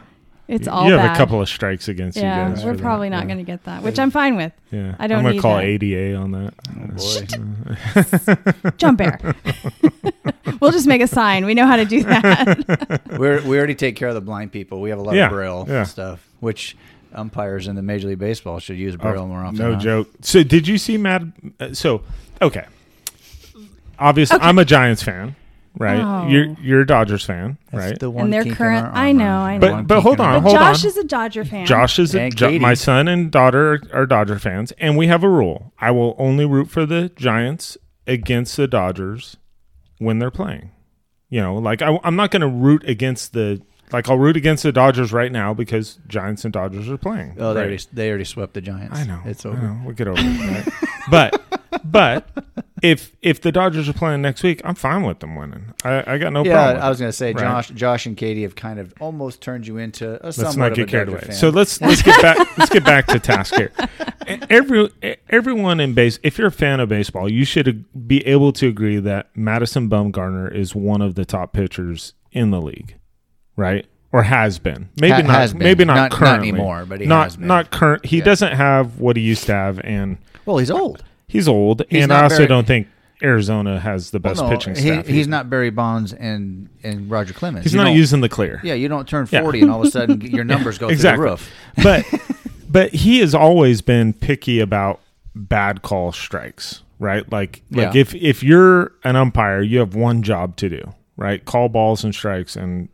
Speaker 2: it's all.
Speaker 3: you have
Speaker 2: bad.
Speaker 3: a couple of strikes against
Speaker 2: Yeah,
Speaker 3: you guys.
Speaker 2: we're
Speaker 3: for
Speaker 2: probably
Speaker 3: that.
Speaker 2: not
Speaker 3: yeah.
Speaker 2: going to get that, which I'm fine with.
Speaker 3: Yeah,
Speaker 2: I don't
Speaker 3: I'm gonna
Speaker 2: need
Speaker 3: call
Speaker 2: that.
Speaker 3: ADA on that.
Speaker 1: Oh, boy.
Speaker 2: Jump air. we'll just make a sign. We know how to do
Speaker 3: Uh,
Speaker 2: that.
Speaker 1: We're, we already take care of the blind people. We have a lot
Speaker 3: Yeah,
Speaker 1: of braille
Speaker 3: yeah.
Speaker 1: stuff, which umpires in the Major League Baseball should use braille more often.
Speaker 3: Oh, no
Speaker 1: huh?
Speaker 3: joke. So did you see Mad? uh, so okay. Obviously, I'm a Giants fan, right?
Speaker 2: Oh.
Speaker 3: You're you're a Dodgers fan,
Speaker 1: That's
Speaker 3: right?
Speaker 1: the one
Speaker 2: they're
Speaker 1: kink in
Speaker 2: current-
Speaker 1: our
Speaker 2: I
Speaker 1: armor.
Speaker 2: know, I
Speaker 1: The
Speaker 2: know.
Speaker 1: one
Speaker 3: But- but
Speaker 1: kink
Speaker 3: hold
Speaker 1: in our
Speaker 3: on,
Speaker 2: But
Speaker 1: armor.
Speaker 3: hold
Speaker 2: Josh
Speaker 3: on.
Speaker 2: is a Dodger fan.
Speaker 3: Josh is a,
Speaker 1: And
Speaker 3: Jo-
Speaker 1: Katie.
Speaker 3: my son and daughter are, are Dodger fans, and we have a rule: I will only root for the Giants against the Dodgers when they're playing. You know, like I, I'm not going to root against the like I'll root against the Dodgers right now because Giants and Dodgers are playing.
Speaker 1: Oh, they
Speaker 3: right?
Speaker 1: already, they already swept the Giants.
Speaker 3: I know.
Speaker 1: It's
Speaker 3: I
Speaker 1: over.
Speaker 3: know. We'll get over it. Right? but but if if the Dodgers are playing next week, I'm fine with them winning. I, I got no problem.
Speaker 1: Yeah,
Speaker 3: with
Speaker 1: I was
Speaker 3: it.
Speaker 1: going to say
Speaker 3: right?
Speaker 1: Josh, Josh and Katie have kind of almost turned you into a
Speaker 3: let's
Speaker 1: somewhat
Speaker 3: not
Speaker 1: of
Speaker 3: get
Speaker 1: a
Speaker 3: carried away.
Speaker 1: Dodger fan.
Speaker 3: So let's let's get back let's get back to task here. E- Every e- everyone in base, if you're a fan of baseball, you should ag- be able to agree that Madison Bumgarner is one of the top pitchers in the league, right? Or has been. Maybe
Speaker 1: Ha-
Speaker 3: not.
Speaker 1: has been.
Speaker 3: Maybe not,
Speaker 1: Not- not
Speaker 3: currently
Speaker 1: anymore, but he
Speaker 3: not
Speaker 1: has been.
Speaker 3: not current. He
Speaker 1: Yeah.
Speaker 3: doesn't have what he used to have, and
Speaker 1: well, he's old.
Speaker 3: he's old.
Speaker 1: He's
Speaker 3: and
Speaker 1: not
Speaker 3: I also
Speaker 1: very-
Speaker 3: don't think Arizona has the best
Speaker 1: No,
Speaker 3: pitching
Speaker 1: he-
Speaker 3: staff.
Speaker 1: he's not Barry Bonds and, and Roger Clemens.
Speaker 3: He's
Speaker 1: You
Speaker 3: not
Speaker 1: don't-
Speaker 3: using the clear.
Speaker 1: Yeah, you don't turn
Speaker 3: Yeah.
Speaker 1: 40 and all of a sudden your numbers go through the roof.
Speaker 3: but but he has always been picky about bad call strikes, right? Like like
Speaker 1: Yeah.
Speaker 3: if if you're an umpire, you have one job to do, right? Call balls and strikes and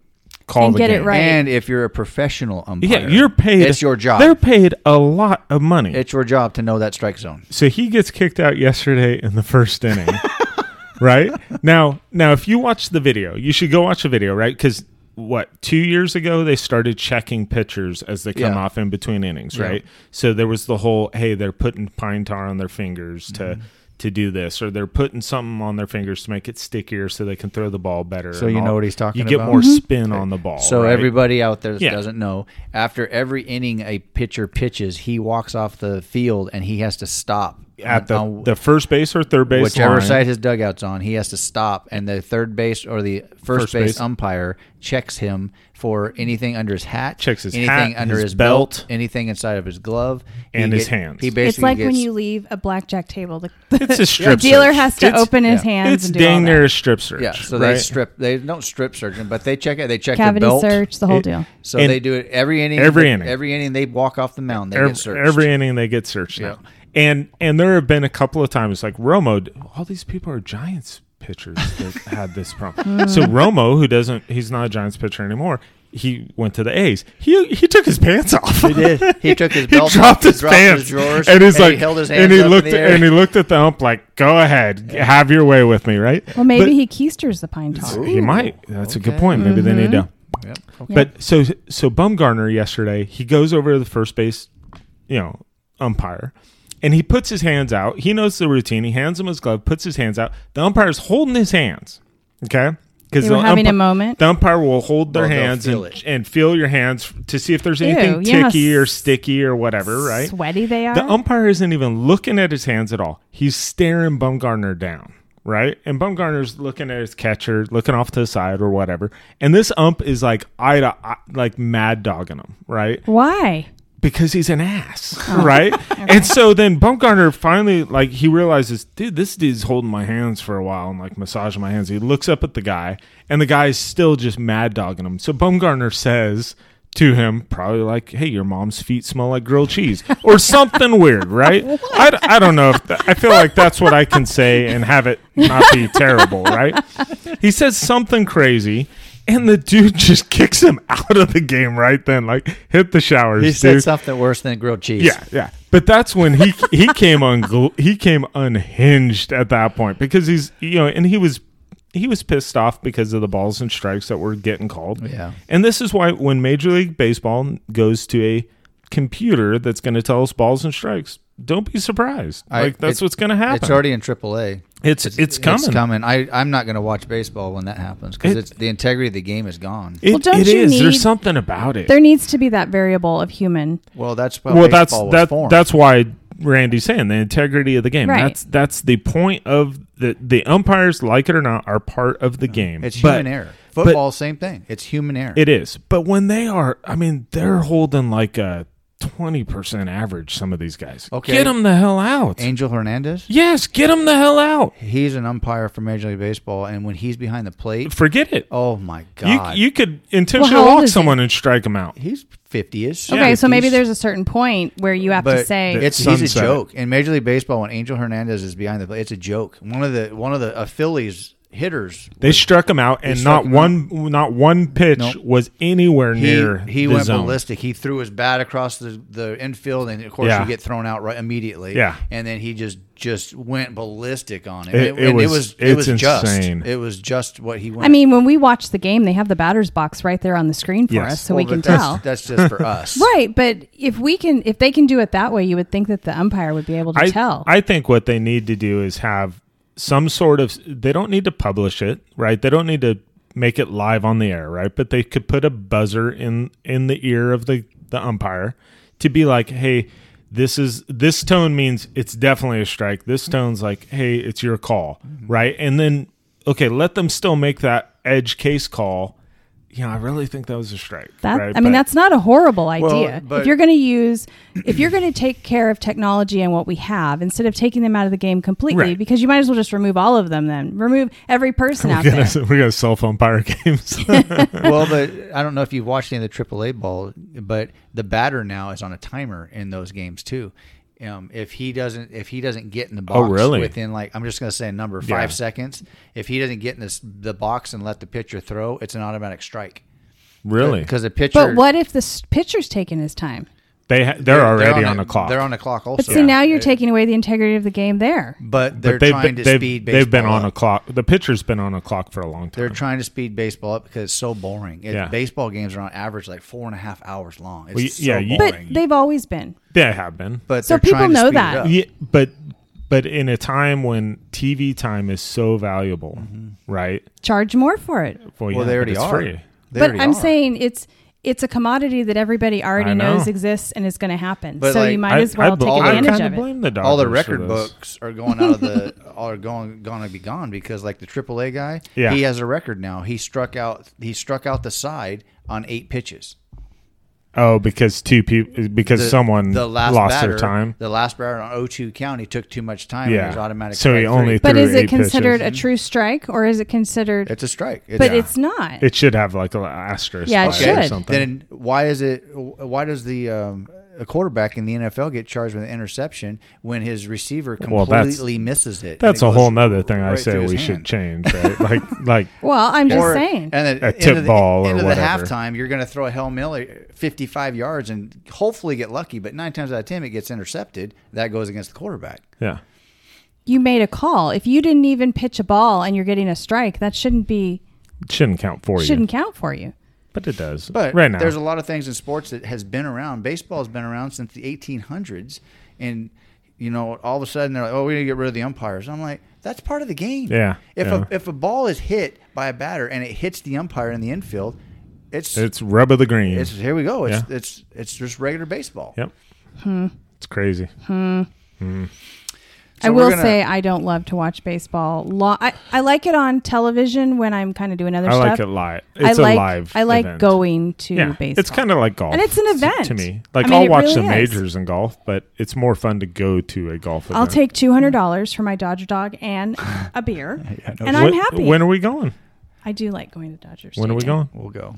Speaker 3: call
Speaker 2: And
Speaker 3: the
Speaker 2: get it
Speaker 3: game.
Speaker 2: right.
Speaker 1: And if you're a professional umpire,
Speaker 3: Yeah, you're paid.
Speaker 1: It's your job.
Speaker 3: They're paid a lot of money.
Speaker 1: it's your job to know that strike zone.
Speaker 3: so he gets kicked out yesterday in the first inning. right? Now, now if you watch the video, you should go watch the video, right? Cuz what, 2 years ago they started checking pitchers as they come
Speaker 1: Yeah.
Speaker 3: off in between innings,
Speaker 1: Yeah.
Speaker 3: right? So there was the whole hey, they're putting pine tar on their fingers
Speaker 1: Mm-hmm.
Speaker 3: to to do this or they're putting something on their fingers to make it stickier so they can throw the ball better.
Speaker 1: So
Speaker 3: and
Speaker 1: you know what he's talking
Speaker 3: You get
Speaker 1: about? Mm-hmm.
Speaker 3: more spin on the ball.
Speaker 1: So
Speaker 3: right?
Speaker 1: everybody out there that
Speaker 3: Yeah.
Speaker 1: doesn't know, after every inning a pitcher pitches, he walks off the field and he has to stop
Speaker 3: at the,
Speaker 1: on-
Speaker 3: the first base or third base
Speaker 1: whichever
Speaker 3: line,
Speaker 1: side his dugout's on, he has to stop, and the third base or the first,
Speaker 3: First
Speaker 1: base,
Speaker 3: base.
Speaker 1: umpire checks him for anything under his hat,
Speaker 3: Checks his
Speaker 1: anything
Speaker 3: hat,
Speaker 1: under
Speaker 3: his
Speaker 1: his, belt,
Speaker 3: belt.
Speaker 1: anything inside of his glove,
Speaker 3: And
Speaker 1: He
Speaker 3: his hands.
Speaker 1: He
Speaker 3: It's
Speaker 1: basically
Speaker 2: It's like when
Speaker 1: gets-
Speaker 2: you leave a blackjack table. The,
Speaker 3: It's a
Speaker 2: the
Speaker 3: strip
Speaker 2: dealer
Speaker 3: search.
Speaker 2: has to
Speaker 3: It's-
Speaker 2: open his
Speaker 1: yeah.
Speaker 2: hands
Speaker 3: it's
Speaker 2: and do all
Speaker 3: dang
Speaker 2: that.
Speaker 3: near a strip search.
Speaker 1: yeah. So
Speaker 3: right?
Speaker 1: they strip. They don't strip search him, but they check it. They check
Speaker 2: Cavity
Speaker 1: the belt.
Speaker 2: search, the whole
Speaker 3: It-
Speaker 2: deal.
Speaker 1: So
Speaker 3: And-
Speaker 1: they do it every inning.
Speaker 3: Every
Speaker 1: they-
Speaker 3: inning.
Speaker 1: Every inning they walk off the mound. They
Speaker 3: every,
Speaker 1: get searched.
Speaker 3: every inning they get searched now. And and there have been a couple of times like Romo, d- all these people are Giants pitchers that had this problem. so Romo, who doesn't, he's not a Giants pitcher anymore. He went to the A's. He he took his pants off. He
Speaker 1: did. He took his belt off,
Speaker 3: dropped
Speaker 1: he
Speaker 3: his
Speaker 1: dropped his
Speaker 3: pants.
Speaker 1: drawers,
Speaker 3: and he's
Speaker 1: and he
Speaker 3: like,
Speaker 1: held his
Speaker 3: and
Speaker 1: hands
Speaker 3: he
Speaker 1: up in
Speaker 3: looked,
Speaker 1: the air.
Speaker 3: and he looked at the ump like, "Go ahead, have your way with me, right?"
Speaker 2: Well, maybe he keisters the pine
Speaker 3: But
Speaker 2: tar.
Speaker 3: he might. That's a good
Speaker 1: okay.
Speaker 3: point. Maybe they need to.
Speaker 1: Yep.
Speaker 2: Yeah.
Speaker 3: But so so Bumgarner yesterday, he goes over to the first base, you know, umpire, and he puts his hands out. He knows the routine. He hands him his glove, puts his hands out. The umpire's holding his hands. Okay, because
Speaker 2: They were having a moment.
Speaker 3: The umpire will hold their
Speaker 1: Well, they'll
Speaker 3: hands
Speaker 1: feel
Speaker 3: and,
Speaker 1: it.
Speaker 3: and feel your hands to see if there's
Speaker 2: Ew,
Speaker 3: anything
Speaker 2: you know how
Speaker 3: ticky or
Speaker 2: s-
Speaker 3: sticky or whatever. Right.
Speaker 2: Sweaty they are.
Speaker 3: The um umpire isn't even looking at his hands at all. He's staring Bumgarner down, right? And Bumgarner's looking at his catcher, looking off to the side or whatever. And this ump is like eye to eye, like mad dogging him, right?
Speaker 2: Why?
Speaker 3: Because he's an ass, right? And so then Bumgarner finally, like, he realizes, dude, this dude's holding my hands for a while and like massaging my hands. He looks up at the guy, and the guy is still just mad dogging him. So Bumgarner says, to him, probably like, "Hey, your mom's feet smell like grilled cheese," or something weird, right? I, d- I don't know. If th- I feel like that's what I can say and have it not be terrible, right? He says something crazy, And the dude just kicks him out of the game right then. Like, hit the showers.
Speaker 1: He said
Speaker 3: dude.
Speaker 1: something worse than grilled cheese.
Speaker 3: Yeah, yeah. But that's when he he came on he came unhinged at that point because he's you know and he was he was pissed off because of the balls and strikes that were getting called.
Speaker 1: Yeah.
Speaker 3: And this is why when Major League Baseball goes to a computer that's going to tell us balls and strikes, don't be surprised.
Speaker 1: I-
Speaker 3: like that's
Speaker 1: it-
Speaker 3: what's going to happen.
Speaker 1: It's already in AAA.
Speaker 3: it's it's, coming.
Speaker 1: It's coming. I, I'm not going to watch baseball when that happens because
Speaker 3: It-
Speaker 1: it's the integrity of the game is gone.
Speaker 3: It,
Speaker 2: Well, don't
Speaker 3: it
Speaker 2: you
Speaker 3: is.
Speaker 2: need-
Speaker 3: There's something about it.
Speaker 2: There needs to be that variable of human.
Speaker 1: Well, that's why
Speaker 3: well, that's
Speaker 1: baseball was
Speaker 3: that,
Speaker 1: formed.
Speaker 3: that's why Randy's saying the integrity of the game.
Speaker 2: Right.
Speaker 3: That's that's the point of the the umpires, like it or not, are part of the game.
Speaker 1: it's
Speaker 3: But
Speaker 1: human error. Football, same thing. It's human error.
Speaker 3: It is, but when they are, I mean, they're holding like a twenty percent average. Some of these guys.
Speaker 1: Okay.
Speaker 3: get them the hell out.
Speaker 1: Angel Hernandez.
Speaker 3: yes, get them the hell out.
Speaker 1: He's an umpire for Major League Baseball, and when he's behind the plate,
Speaker 3: Forget it.
Speaker 1: oh my
Speaker 3: You
Speaker 1: god,
Speaker 3: you could intentionally
Speaker 2: Well, how old
Speaker 3: walk
Speaker 2: is he?
Speaker 3: someone and strike them out.
Speaker 1: he's fifty-ish.
Speaker 2: Okay, so maybe
Speaker 1: 50s.
Speaker 2: there's a certain point where you have to say
Speaker 1: it's
Speaker 3: The
Speaker 1: he's a
Speaker 3: sunset.
Speaker 1: joke in Major League Baseball when Angel Hernandez is behind the plate. It's a joke. One of the one of the uh, Phillies hitters.
Speaker 3: They struck him out, and
Speaker 1: struck
Speaker 3: not
Speaker 1: 'em
Speaker 3: one not one pitch
Speaker 1: Nope.
Speaker 3: was anywhere
Speaker 1: He,
Speaker 3: near.
Speaker 1: he
Speaker 3: the
Speaker 1: went
Speaker 3: zone.
Speaker 1: ballistic. He threw his bat across the, the infield, and of course
Speaker 3: Yeah.
Speaker 1: you get thrown out right immediately.
Speaker 3: Yeah.
Speaker 1: and then he just just went ballistic on it.
Speaker 3: It-
Speaker 1: and
Speaker 3: it
Speaker 1: and
Speaker 3: was-
Speaker 1: it
Speaker 3: it's
Speaker 1: was just
Speaker 3: insane.
Speaker 1: it was just what he went.
Speaker 2: I mean, when we watch the game, they have the batter's box right there on the screen for
Speaker 3: Yes.
Speaker 2: us, so
Speaker 1: Well,
Speaker 2: we
Speaker 1: but
Speaker 2: can
Speaker 1: that's,
Speaker 2: tell.
Speaker 1: That's just for us.
Speaker 2: Right, but if we can, if they can do it that way, you would think that the umpire would be able to
Speaker 3: I,
Speaker 2: tell.
Speaker 3: I think what they need to do is have some sort of. They don't need to publish it, right? They don't need to make it live on the air, right? But they could put a buzzer in in the ear of the the umpire to be like, "Hey, this is this tone means it's definitely a strike. This tone's like, hey, it's your call, right?" And then okay, let them still make that edge case call. You know, I really think that was a strike.
Speaker 2: that
Speaker 3: right?
Speaker 2: I mean,
Speaker 3: But-
Speaker 2: that's not a horrible idea.
Speaker 1: but-
Speaker 2: if you're going to use, if you're going to take care of technology and what we have, instead of taking them out of the game completely,
Speaker 3: Right. Oh
Speaker 2: because you might as well just remove all of them. Then remove every person out
Speaker 3: we
Speaker 2: there.
Speaker 3: got, a, we got a cell phone pirate games.
Speaker 1: well, but I don't know if you've watched any of the AAA ball, but the batter now is on a timer in those games too. Um, if he doesn't, if he doesn't get in the box
Speaker 3: Oh, really?
Speaker 1: within like I'm just going to say a number five
Speaker 3: Yeah.
Speaker 1: seconds, if he doesn't get in this, the box and let the pitcher throw, it's an automatic strike.
Speaker 3: really?
Speaker 1: because the pitcher.
Speaker 2: But what if the s- pitcher's taking his time?
Speaker 3: They ha- they're,
Speaker 1: they're
Speaker 3: already on, the clock.
Speaker 1: They're on the clock also.
Speaker 2: But see, now you're taking away the integrity of the game there.
Speaker 1: but they're
Speaker 3: they've
Speaker 1: trying
Speaker 3: been,
Speaker 1: to
Speaker 3: they've,
Speaker 1: speed. Baseball
Speaker 3: they've been on
Speaker 1: up.
Speaker 3: a clock. The pitcher's been on a clock for a long
Speaker 1: They're
Speaker 3: time.
Speaker 1: trying to speed baseball up because it's so boring. It,
Speaker 3: Yeah.
Speaker 1: Baseball games are on average like four and a half hours long. It's
Speaker 3: Well, y-
Speaker 1: so
Speaker 3: yeah, you-
Speaker 1: boring.
Speaker 2: But they've always been.
Speaker 3: they have been.
Speaker 1: But
Speaker 2: So
Speaker 1: they're
Speaker 2: people
Speaker 1: trying to
Speaker 2: know
Speaker 1: speed it
Speaker 2: that.
Speaker 1: up.
Speaker 3: yeah, but but in a time when TV time is so valuable, right?
Speaker 2: Charge more for it.
Speaker 1: Mm-hmm. Well, they
Speaker 3: but
Speaker 1: already
Speaker 3: it's
Speaker 1: are.
Speaker 3: free.
Speaker 1: They
Speaker 2: but
Speaker 1: already
Speaker 2: I'm
Speaker 1: are.
Speaker 2: saying it's it's a commodity that everybody already
Speaker 3: I know.
Speaker 2: knows exists and is going to happen.
Speaker 1: But,
Speaker 2: so
Speaker 1: like,
Speaker 2: you might as well take
Speaker 1: all the-
Speaker 2: advantage
Speaker 3: kinda
Speaker 2: of it.
Speaker 3: blame the
Speaker 1: all the
Speaker 3: Dodgers for
Speaker 1: record
Speaker 3: this.
Speaker 1: books are going out of the are going going to be gone because like the AAA guy,
Speaker 3: Yeah.
Speaker 1: he has a record now. He struck out he struck out the side on eight pitches.
Speaker 3: Oh, because two people because
Speaker 1: The-
Speaker 3: someone
Speaker 1: the last
Speaker 3: lost
Speaker 1: batter,
Speaker 3: their time.
Speaker 1: The last batter on O2 count, he took too much time.
Speaker 3: Yeah.
Speaker 1: and it was automatic.
Speaker 3: So he
Speaker 1: strike
Speaker 3: only-
Speaker 1: three.
Speaker 2: But
Speaker 3: through
Speaker 2: is it
Speaker 3: eight pitches.
Speaker 2: considered a true strike or is it considered?
Speaker 1: it's a strike. It's,
Speaker 2: but it's not.
Speaker 3: It should have like an asterisk.
Speaker 2: Yeah, it
Speaker 3: by
Speaker 2: should.
Speaker 3: Or something.
Speaker 1: Then why is it? Why does the um, a quarterback in the NFL get charged with an interception when his receiver
Speaker 3: Well, that's-
Speaker 1: completely misses it? and
Speaker 3: That's
Speaker 1: it
Speaker 3: a
Speaker 1: goes
Speaker 3: whole nother thing. I
Speaker 1: right
Speaker 3: say
Speaker 1: through his
Speaker 3: we should
Speaker 1: hand?
Speaker 3: change. Right? like like
Speaker 2: well, I'm just
Speaker 1: Or-
Speaker 2: saying.
Speaker 1: And
Speaker 3: A
Speaker 1: at the
Speaker 3: tip
Speaker 1: end of the,
Speaker 3: ball or
Speaker 1: end of the
Speaker 3: whatever.
Speaker 1: halftime, you're going to throw a hail mary, 55 yards, and hopefully get lucky. But nine times out of ten, it gets intercepted. That goes against the quarterback.
Speaker 3: yeah.
Speaker 2: you made a call. If you didn't even pitch a ball and you're getting a strike, that shouldn't be
Speaker 3: It shouldn't count for you.
Speaker 2: shouldn't count for you.
Speaker 3: But it does.
Speaker 1: But
Speaker 3: right now
Speaker 1: there's a lot of things in sports that has been around. Baseball has been around since the 1800s, and you know, all of a sudden they're like, "Oh, we're going to get rid of the umpires." I'm like, "That's part of the game."
Speaker 3: Yeah,
Speaker 1: If
Speaker 3: yeah.
Speaker 1: a if a ball is hit by a batter and it hits the umpire in the infield, it's it's,
Speaker 3: it's rub of the green.
Speaker 1: here we go. It's
Speaker 3: Yeah.
Speaker 1: it's it's just regular baseball.
Speaker 3: Yep.
Speaker 2: Hmm.
Speaker 3: It's crazy.
Speaker 1: So
Speaker 2: I
Speaker 1: we're
Speaker 2: will
Speaker 1: gonna-
Speaker 2: say I don't love to watch baseball. Lo- I, I like it on television when I'm kind of doing other
Speaker 3: I
Speaker 2: stuff.
Speaker 3: like it live. It's
Speaker 2: I like
Speaker 3: a live.
Speaker 2: I like
Speaker 3: event.
Speaker 2: going to
Speaker 3: Yeah,
Speaker 2: baseball.
Speaker 3: it's kind of like golf,
Speaker 2: And it's an
Speaker 3: to-
Speaker 2: event.
Speaker 3: to me. Like
Speaker 2: I mean,
Speaker 3: I'll
Speaker 2: it
Speaker 3: watch
Speaker 2: really
Speaker 3: the
Speaker 2: is.
Speaker 3: majors in golf, but it's more fun to go to a golf.
Speaker 2: I'll
Speaker 3: event.
Speaker 2: take two hundred dollars for my Dodger dog and a beer, and I'm
Speaker 3: When-
Speaker 2: happy.
Speaker 3: When are we going?
Speaker 2: I do like going to Dodgers.
Speaker 3: When are we going?
Speaker 1: We'll go.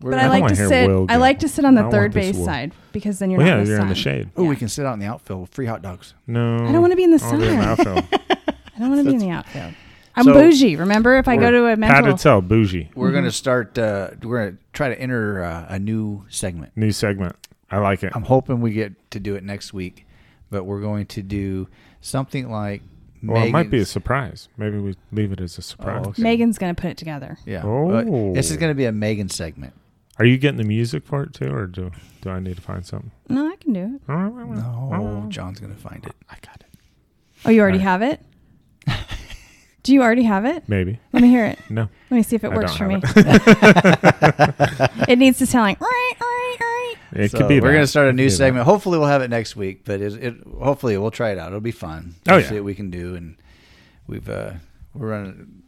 Speaker 2: But
Speaker 3: I
Speaker 2: I
Speaker 3: don't
Speaker 2: like
Speaker 3: wanna
Speaker 2: to
Speaker 3: hear
Speaker 2: sit.
Speaker 3: Will
Speaker 2: I
Speaker 3: go.
Speaker 2: like to sit on
Speaker 3: I
Speaker 2: the
Speaker 3: don't
Speaker 2: third
Speaker 3: want this
Speaker 2: base
Speaker 3: Will.
Speaker 2: side because then you're
Speaker 3: Well,
Speaker 2: not
Speaker 3: yeah,
Speaker 2: in the
Speaker 3: you're
Speaker 2: sun.
Speaker 3: in the shade.
Speaker 1: Oh,
Speaker 2: Yeah.
Speaker 1: we can sit out in the outfield with free hot dogs.
Speaker 3: No,
Speaker 2: I don't wanna be in the
Speaker 3: I'll do an
Speaker 2: sun.
Speaker 3: outfield.
Speaker 2: I don't want to be in the outfield. I'm
Speaker 1: So-
Speaker 2: bougie. Remember, if I go
Speaker 3: Or
Speaker 2: to a
Speaker 3: How
Speaker 2: mental,
Speaker 3: to tell bougie
Speaker 1: We're gonna start. Uh, we're gonna try to enter uh, a new segment.
Speaker 3: new segment. I like it.
Speaker 1: I'm hoping we get to do it next week, but we're going to do something like.
Speaker 3: well, it might be a
Speaker 1: Megan's-
Speaker 3: surprise. Maybe we leave it as a surprise.
Speaker 2: Oh,
Speaker 1: okay.
Speaker 2: Megan's gonna put it together.
Speaker 1: yeah.
Speaker 3: Oh.
Speaker 1: but This is going to be a Megan segment.
Speaker 3: Are you getting the music for it too, or do do I need to find something?
Speaker 2: No, I can do it.
Speaker 3: Oh.
Speaker 1: No, Oh, John's going to find it.
Speaker 3: I got it.
Speaker 2: Oh, you already
Speaker 3: All right.
Speaker 2: have it. Do you already have it?
Speaker 3: Maybe
Speaker 2: Let me hear it.
Speaker 3: no.
Speaker 2: Let me see if it
Speaker 3: I
Speaker 2: works for
Speaker 3: don't
Speaker 2: me. it needs to sound like. "Right, right, right."
Speaker 3: It
Speaker 1: So
Speaker 3: could be.
Speaker 1: We're
Speaker 3: that.
Speaker 1: going to start a
Speaker 3: It
Speaker 1: new
Speaker 3: could be that.
Speaker 1: segment. Hopefully, we'll have it next week. But it, it hopefully we'll try it out. It'll be fun.
Speaker 3: Oh,
Speaker 1: We'll
Speaker 3: yeah.
Speaker 1: See what we can do, and we've uh, we're running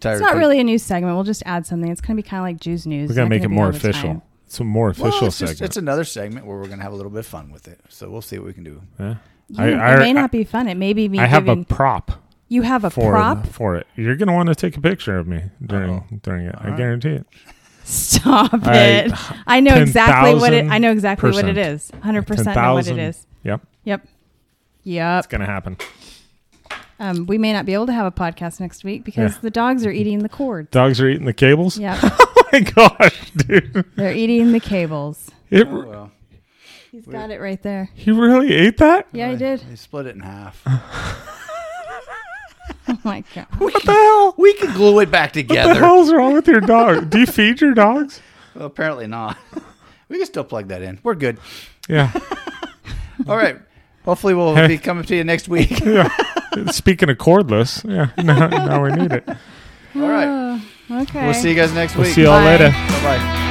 Speaker 1: tired.
Speaker 2: It's
Speaker 1: of
Speaker 2: not
Speaker 1: peop-
Speaker 2: really a new segment. We'll just add something. It's going to be kind of like Jews News.
Speaker 3: We're
Speaker 2: It's not
Speaker 3: gonna make it
Speaker 2: be
Speaker 3: more
Speaker 2: all the
Speaker 3: official.
Speaker 2: time.
Speaker 3: It's a more
Speaker 1: Well,
Speaker 3: official
Speaker 1: it's, just-
Speaker 3: segment.
Speaker 1: it's another segment where we're going to have a little bit of fun with it. So we'll see what we can do.
Speaker 3: yeah.
Speaker 2: You- it may not be fun. It may be me
Speaker 3: I have a
Speaker 2: giving.
Speaker 3: prop
Speaker 2: you have a
Speaker 3: for
Speaker 2: prop.
Speaker 3: for it. You're gonna want to take a picture of me during
Speaker 1: Uh-oh.
Speaker 3: during it. I
Speaker 1: right.
Speaker 3: guarantee it.
Speaker 2: Stop
Speaker 3: I-
Speaker 2: it. I know
Speaker 3: 10,000
Speaker 2: exactly what it. I know exactly what it is. Hundred percent know what
Speaker 3: 10,000.
Speaker 2: it is.
Speaker 3: Yep,
Speaker 2: Yep.
Speaker 3: it's
Speaker 2: Yep.
Speaker 3: gonna happen.
Speaker 2: Um, we may not be able to have a podcast next week because
Speaker 3: Yeah.
Speaker 2: the dogs are eating the cord.
Speaker 3: Dogs are eating the cables.
Speaker 2: Yep.
Speaker 3: Oh my gosh, dude!
Speaker 2: They're eating the cables.
Speaker 3: It,
Speaker 1: Oh, well,
Speaker 2: He's
Speaker 1: Weird.
Speaker 2: got it right there.
Speaker 3: he really ate that.
Speaker 2: Yeah, he
Speaker 1: They-
Speaker 2: did.
Speaker 1: They split it in half.
Speaker 2: Oh my god.
Speaker 3: What the hell?
Speaker 1: we can glue it back
Speaker 3: What the
Speaker 1: together.
Speaker 3: hell's wrong with your dog? Do you feed your dogs?
Speaker 1: Well, apparently not. We can still plug that in. We're good.
Speaker 3: Yeah.
Speaker 1: All right. Hopefully, we'll be coming to you next week.
Speaker 3: yeah. Speaking of cordless, yeah. Now, now we need it.
Speaker 1: All right.
Speaker 2: Oh, okay.
Speaker 1: We'll see you guys next
Speaker 3: We'll
Speaker 1: week.
Speaker 3: see y'all
Speaker 2: Bye.
Speaker 3: later.
Speaker 1: Bye bye.